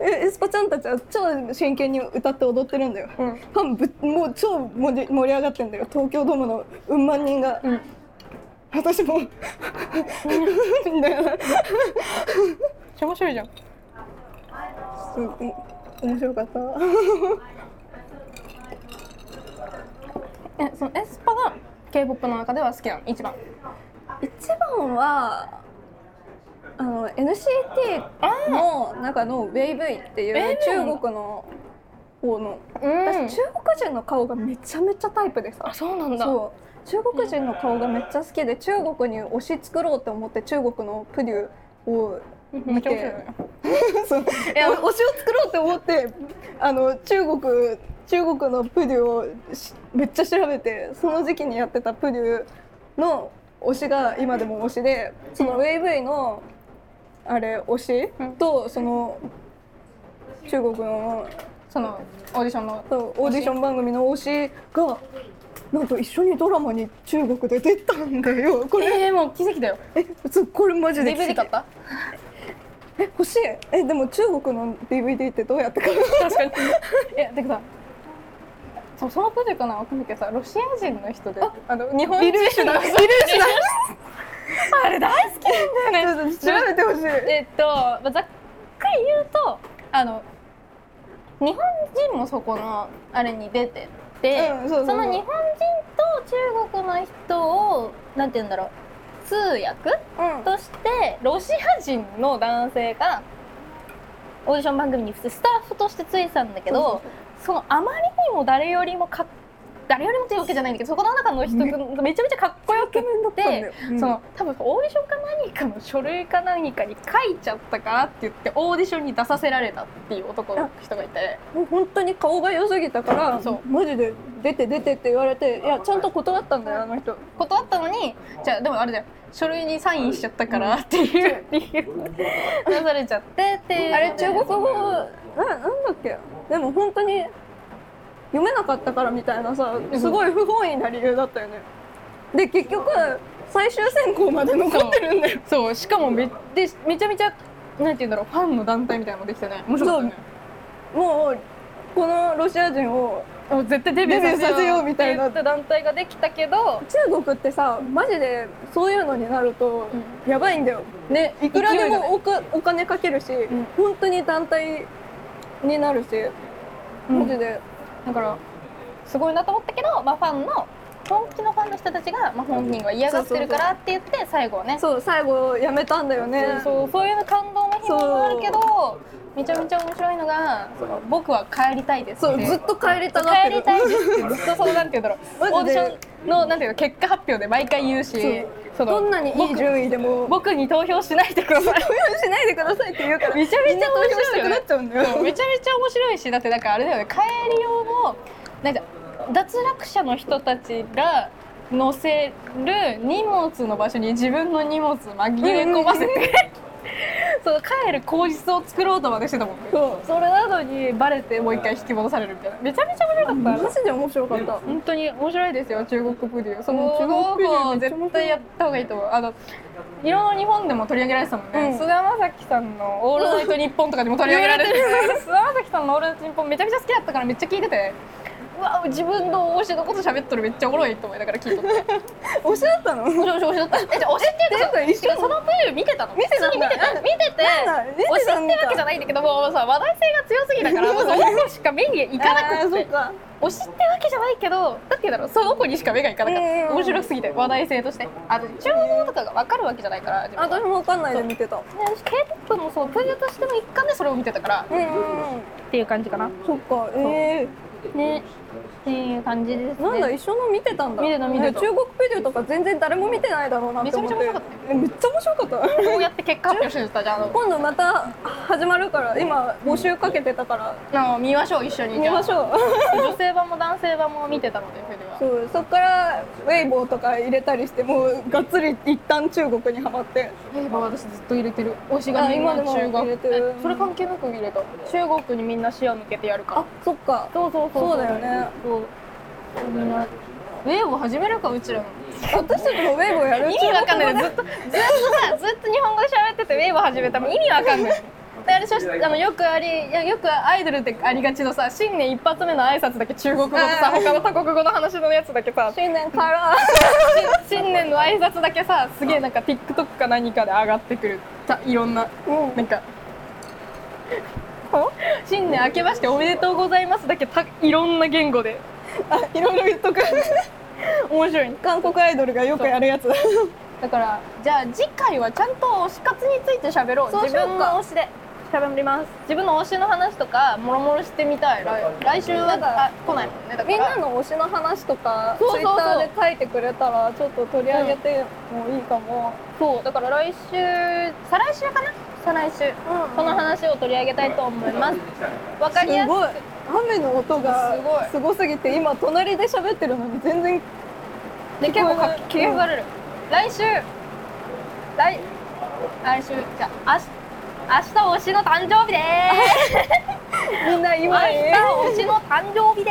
S1: えエスパちゃんたちは超真剣に歌って踊ってるんだよ、
S2: うん
S1: ファンぶもう超盛り盛り上がってんだよ東京ドームのうん万人が、
S2: うん
S1: 私も [laughs] みたいな
S2: 超面白いじゃん
S1: うんうん面白かった
S2: えそのエスパが k p o p の中では好きなの一番
S1: 一番はあの NCT の中のウェイブイっていう
S2: ウェイブイ
S1: 中国の方の
S2: うん
S1: 私中国人の顔がめちゃめちゃタイプでさ
S2: あそうなんだ
S1: そう中国人の顔がめっちゃ好きで中国に推し作ろうと思って中国のプデューを
S2: めっちゃ面白いね
S1: [laughs] そう
S2: いや
S1: お推しを作ろうと思ってあの中国中国のプデュをしめっちゃ調べてその時期にやってたプデュの推しが今でも推しでそのウェイブイのあれ推しとその中国の
S2: そのオーディションの
S1: そうオーディション番組の推しがなんと一緒にドラマに中国で出たんだよこれ
S2: えー、もう奇跡だよ
S1: えそうこれマジで奇跡
S2: DVD 買った
S1: え欲しいえでも中国の DVD ってどうやって買う
S2: 確 [laughs] かにいやてかさそうそのプロジェクトなわかんないけどさロシア人の人であの日本
S1: ビ
S2: 人
S1: ルーシュだ
S2: ビルーシュだあれ大好きなんだよね
S1: 調べてほしい
S2: えっと、まあざっくり言うとあの日本人もそこのあれに出てて、
S1: うんそうそうそう
S2: の日本人と中国の人をなんて言うんだろう通訳
S1: うん
S2: としてロシア人の男性がオーディション番組に普通スタッフとしてついてたんだけどそのあまりにも誰よりもかっ誰よりもというわけじゃないんだけどそこの中の人がめちゃめちゃかっこよくて
S1: んだようん
S2: その多分オーディションか何かの書類か何かに書いちゃったからって言ってオーディションに出させられたっていう男の人がいて
S1: もう本当に顔が良すぎたから
S2: そう
S1: マジで出て出てって言われていやちゃんと断ったんだよあの人
S2: 断ったのにじゃあでもあれだよ書類にサインしちゃったからっていう理由で出されちゃってっていうので
S1: あれ中国語ななんだっけでも本当に読めなかったからみたいなさすごい不本意な理由だったよねで結局最終選考まで残ってるんだよ
S2: そうしかもめでめちゃめちゃなんて言うんだろうファンの団体みたいなのもできてね面白かったよね
S1: もうこのロシア人を
S2: もう絶対デビューさ
S1: デビューさ
S2: せ
S1: せ
S2: よ
S1: よ
S2: う
S1: う
S2: み
S1: み
S2: た
S1: た
S2: い
S1: い
S2: な
S1: な
S2: 団体ができたけど
S1: 中国ってさマジでそういうのになるとやばいんだよ、ねいくらでもおかお金かけるし、
S2: ん
S1: 本当に団体になるし
S2: うん
S1: マジで、
S2: だからすごいなと思ったけど、まあ、ファンの本気のファンの人たちが、まあ、本人が嫌がってるからって言って最後はねそう
S1: そう最後やめたんだよね
S2: そうそういう感動の日もあるけどめちゃめちゃ面白いのがそう僕は帰りたいです
S1: そう
S2: って
S1: ずっと帰りたがって
S2: 帰
S1: る
S2: りたいですってずっとそのなんて言うんだろう
S1: [laughs] マジで
S2: オーディションのなんていうの結果発表で毎回言うし
S1: そう
S2: その
S1: どんなにいい順位でも
S2: 僕に投票しないでくださ [laughs] い
S1: 投票しないでくださいって言うから
S2: めちゃめちゃ面
S1: 投票
S2: 白
S1: し
S2: い
S1: た
S2: よ
S1: く
S2: ね
S1: なっちゃうんだ
S2: そう
S1: よ
S2: めちゃめちゃ面白いしだってなんかあれだよね帰り用のなんか脱落者の人たちが乗せる荷物の場所に自分の荷物紛れ込ませて、 [laughs] そう帰る口実を作ろうとまでしてたもんね
S1: そう
S2: それなのにバレてもう一回引き戻されるみたいなめちゃめちゃ面白かった、
S1: マジで面白かった
S2: 本当に面白いですよ中国プデューその
S1: うん中
S2: 中
S1: 国
S2: 国
S1: プデュー
S2: 語を絶対やった方がいいと思うあのいろいろ日本でも取り上げられてたもんね、
S1: うん
S2: 菅田将暉さんの「オールナイトニッポン」とかでも取り上げられてて [laughs] 菅田将暉さんの「オールナイトニッポン」めちゃめちゃ好きだったからめっちゃ聞いててうわ自分の推しのこと喋っとるめっちゃおもろいと思いながら聞いとって
S1: 推しだったの
S2: 推し推し推しだったえじゃあ推しっていう
S1: えって
S2: かさ
S1: いうか一緒
S2: そのプデュー見てたの見
S1: てたんだ
S2: 見てた見てて
S1: なんだ見て
S2: 推
S1: た
S2: しっ
S1: ん
S2: て
S1: だ
S2: わけじゃないんだけどもうさ話題性が強すぎだからもうその子しか目にいかな
S1: あ
S2: く
S1: ー
S2: っ
S1: そ
S2: て
S1: っか
S2: 推しってわけじゃないけどだってだろうその子にしか目がいかなかった、
S1: うん
S2: 面白すぎて話題性としてあと中国語とかが分かるわけじゃないから自
S1: あ
S2: 分は
S1: 私も分かんないで見てたう
S2: で私 k p o p もそうプリュとしての一環でそれを見てたから
S1: んうん
S2: っていう感じかな
S1: そっかええ
S2: ねっていう感じですね
S1: なんだ一緒の見てたんだ
S2: 見てた見てた
S1: 中国ビデオとか全然誰も見てないだろうなって思って
S2: めちゃめちゃ面白か
S1: っためっちゃ面白かった
S2: こうやって結果発表してたじゃんあの
S1: 今度また始まるから今募集かけてたから
S2: あの見ましょう一緒に
S1: 見まし
S2: う
S1: ょう
S2: 女性版も男性版も見てたのでそれでは
S1: そうそっからウェイボーとか入れたりしてもうがっつり一旦中国にはまって
S2: えば私ずっと入れてる推しがみんな
S1: あ今でも
S2: 中
S1: 入れて
S2: 国
S1: る
S2: えそれ関係なく入れた中国にみんな視野向けてやるから
S1: あそっか
S2: そうそうそう
S1: そうだよね
S2: そうみんなウェーブ始めるかうちらも
S1: 私たちもウェーブをやる
S2: 意味わかんないずっとずっとさずっと日本語で喋っててウェーブ始めたもん意味わかんないであれしょあのよくありいやよくアイドルってありがちのさ新年一発目の挨拶だけ中国語と
S1: あ
S2: さ
S1: ー
S2: 他の他国語の話のやつだけさ
S1: 新年から
S2: 新年の挨拶だけさすげえなんか TikTok か何かで上がってくるさいろんななんか新年明けましておめでとうございますだけたいろんな言語で
S1: いろいろ言っとく
S2: 面白い
S1: 韓国アイドルがよくやるやつ
S2: だからじゃあ次回はちゃんと推し活について喋ろう
S1: そうしようか
S2: 自分の推しで
S1: 喋ります
S2: 自分の推しの話とかもろもろしてみたい来来週は
S1: なんか
S2: あ来ないもんねだから
S1: [laughs] みんなの推しの話とか
S2: そう
S1: ツ
S2: そう
S1: イ
S2: そう
S1: ッターで書いてくれたらちょっと取り上げてもいいかも、
S2: そうだから来週再来週かな再来週、この話を取り上げたいと思いますわかりや
S1: す
S2: すく
S1: ごい雨の音が
S2: すごい
S1: すごすぎて今隣で喋ってるのに全然
S2: で結構か
S1: 聞こえない
S2: 気がれる、来週来来週じゃあ明日明日推しの誕生日でーす
S1: みんな
S2: 明
S1: 今
S2: 日推しの誕生日でー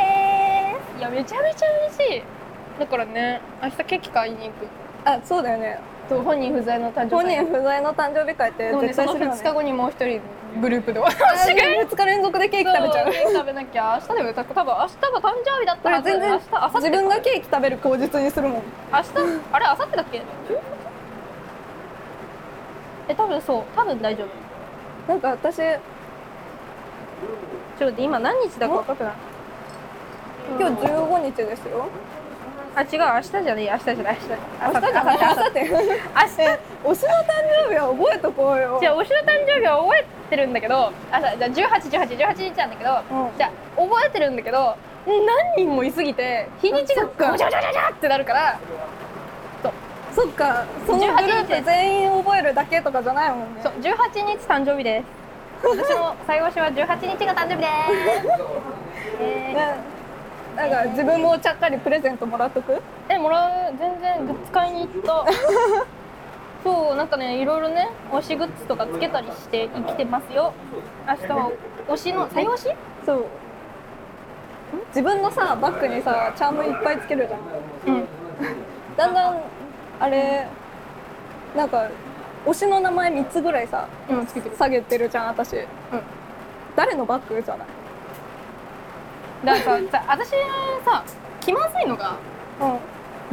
S2: すいやめちゃめちゃ嬉しいだからね明日ケーキ買いに行く
S1: あそうだよね
S2: と本人不在の誕生
S1: 本
S2: 日
S1: 人不在の誕生日会って
S2: でもね
S1: 絶
S2: そ
S1: 対
S2: の
S1: するよね
S2: 2日後にもう一人グループで私
S1: あ2日連続でケーキ食べちゃう
S2: 食べなきゃ明日でも多分明日が誕生日だった
S1: こ
S2: ら
S1: れ全然
S2: 明日明後日
S1: 自分がケーキ食べる口実にするもん
S2: 明日あれ明後日だっけえ多分そう多分大丈夫
S1: なんか私
S2: ちょっと待って今何日だか分かってない
S1: 今日15日ですよ
S2: あ違う明日じゃない明日じゃない明
S1: 明日
S2: 日
S1: じゃない明後日推しの誕生日は覚えとこうよ
S2: じゃあ推しの誕生日は覚えてるんだけどあじゃあ181818日なんだけど、
S1: うん
S2: じゃあ覚えてるんだけど何人もいすぎて日にちが
S1: あそっ
S2: ごち
S1: か
S2: ゃごちゃごちゃごちゃってなるから
S1: そっかそのグループ全員覚えるだけとかじゃないもんね
S2: そう18日誕生日です私も最後しは18日が誕生日
S1: [laughs]
S2: です、え
S1: ねなんか自分もちゃっかりプレゼントもらっとく
S2: ーえもらう全然グッズ買いに行った
S1: [laughs]
S2: そうなんかねいろいろね推しグッズとかつけたりして生きてますよ明日は推しの最推し
S1: そう自分のさバッグにさチャームいっぱいつけるじゃん
S2: うん
S1: だんだんあれなんか推しの名前3つぐらいさ
S2: うんつけてる
S1: 下げてるじゃん私、誰のバッグじゃない
S2: だからささ私さ気まずいのが
S1: う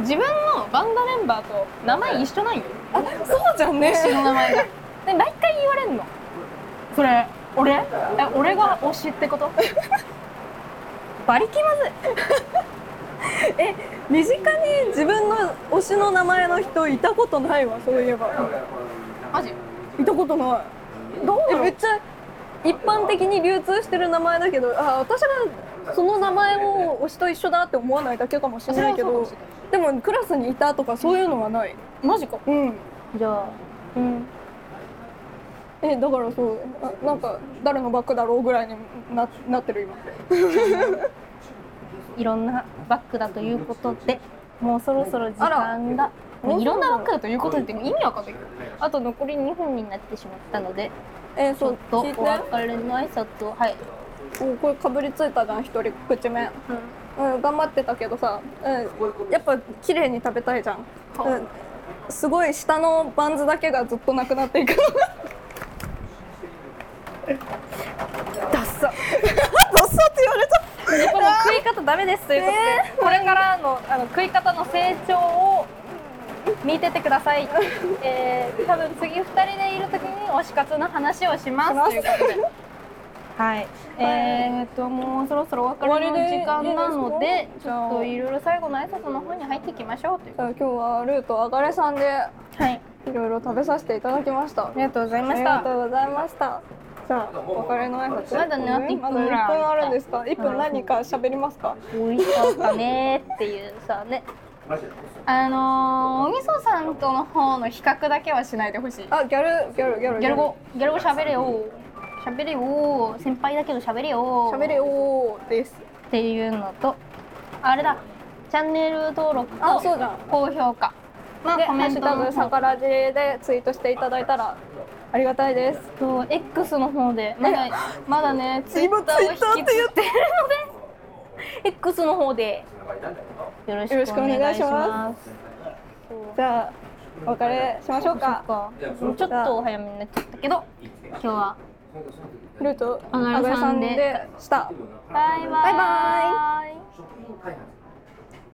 S1: ん
S2: 自分のバンドメンバーと名前一緒なんよ
S1: あそうじゃんね
S2: 推しの名前がで毎回言われんのそれ俺え俺が推しってことバリ気まずい
S1: [laughs] え身近に自分の推しの名前の人いたことないわそういえば
S2: マジ
S1: いたことないどうえめっちゃ一般的に流通してる名前だけどあ私がその名前を推しと一緒だって思わないだけかもしれないけ
S2: それ
S1: ど
S2: はそうかも
S1: でもクラスにいたとかそういうのはない
S2: マジか
S1: うん
S2: じゃあうん
S1: えだからそうあなんか誰のバッグだろうぐらいにななってる今
S2: いろんなバッグだということでもうそろそろ時間が
S1: あら
S2: いろんなバッグだということでって意味わかんないけどあと残り2分になってしまったので
S1: え
S2: ち
S1: そ
S2: ょっ
S1: う
S2: とお
S1: 聞いて
S2: 別れの挨拶をはい
S1: おこれかぶりついたじゃん一人口目うん、頑張ってたけどさ、うん、やっぱ綺麗に食べたいじゃん、うん、すごい下のバンズだけがずっとなくなってい
S2: [laughs]
S1: く [laughs] ダッサダッサって言われた
S2: この食い方ダメですということで、これからのあの食い方の成長を見ててくださ [laughs] い。えー、多分次二人でいるときに推し活の話をしますということで。はい、えー、ともうそろそろお別れの時間な
S1: 終わ
S2: ので
S1: りでいいです
S2: ち
S1: か
S2: ょっといろいろ最後の挨拶の方に入っていきましょうという
S1: じゃあ今日はルートあがれさんで
S2: はい
S1: いろいろ食べさせていただきましたあ
S2: ありがとうございま
S1: り
S2: し
S1: が
S2: た
S1: とうございましたじゃあお別れの挨拶
S2: まだねあと一
S1: ま
S2: 分
S1: だ
S2: ぐらい
S1: 1分あるんですか1分何か喋りますか
S2: 美味しかったねーっていうさねあのー、おみそさんとの方の比較だけはしないでほしい
S1: あギャルギャルギャル
S2: ギャル語、ギャル語喋れよ。喋れよ。先輩だけど喋れよ。
S1: 喋れよーです
S2: っていうのと、あれだ。チャンネル登録
S1: あそう
S2: と
S1: だ
S2: 高評価。まあ
S1: で、
S2: コ
S1: ハ
S2: メント
S1: ッシュタ
S2: の
S1: グさ
S2: 方
S1: からじでツイートしていただいたらありがたいです。
S2: と X の方でまだまだねツイ
S1: 今
S2: ッターを引き
S1: Twitter って
S2: つ
S1: 言
S2: ってる X の方でよろしくお願いします。
S1: じゃあお別れしましょうか
S2: かちょっとお早めになっちゃったけど、今日は
S1: ルート
S2: あが
S1: あ
S2: り
S1: がり
S2: さ
S1: さん
S2: んで
S1: でした
S2: バイバイ。
S1: バイバ
S2: イ
S3: 食品開発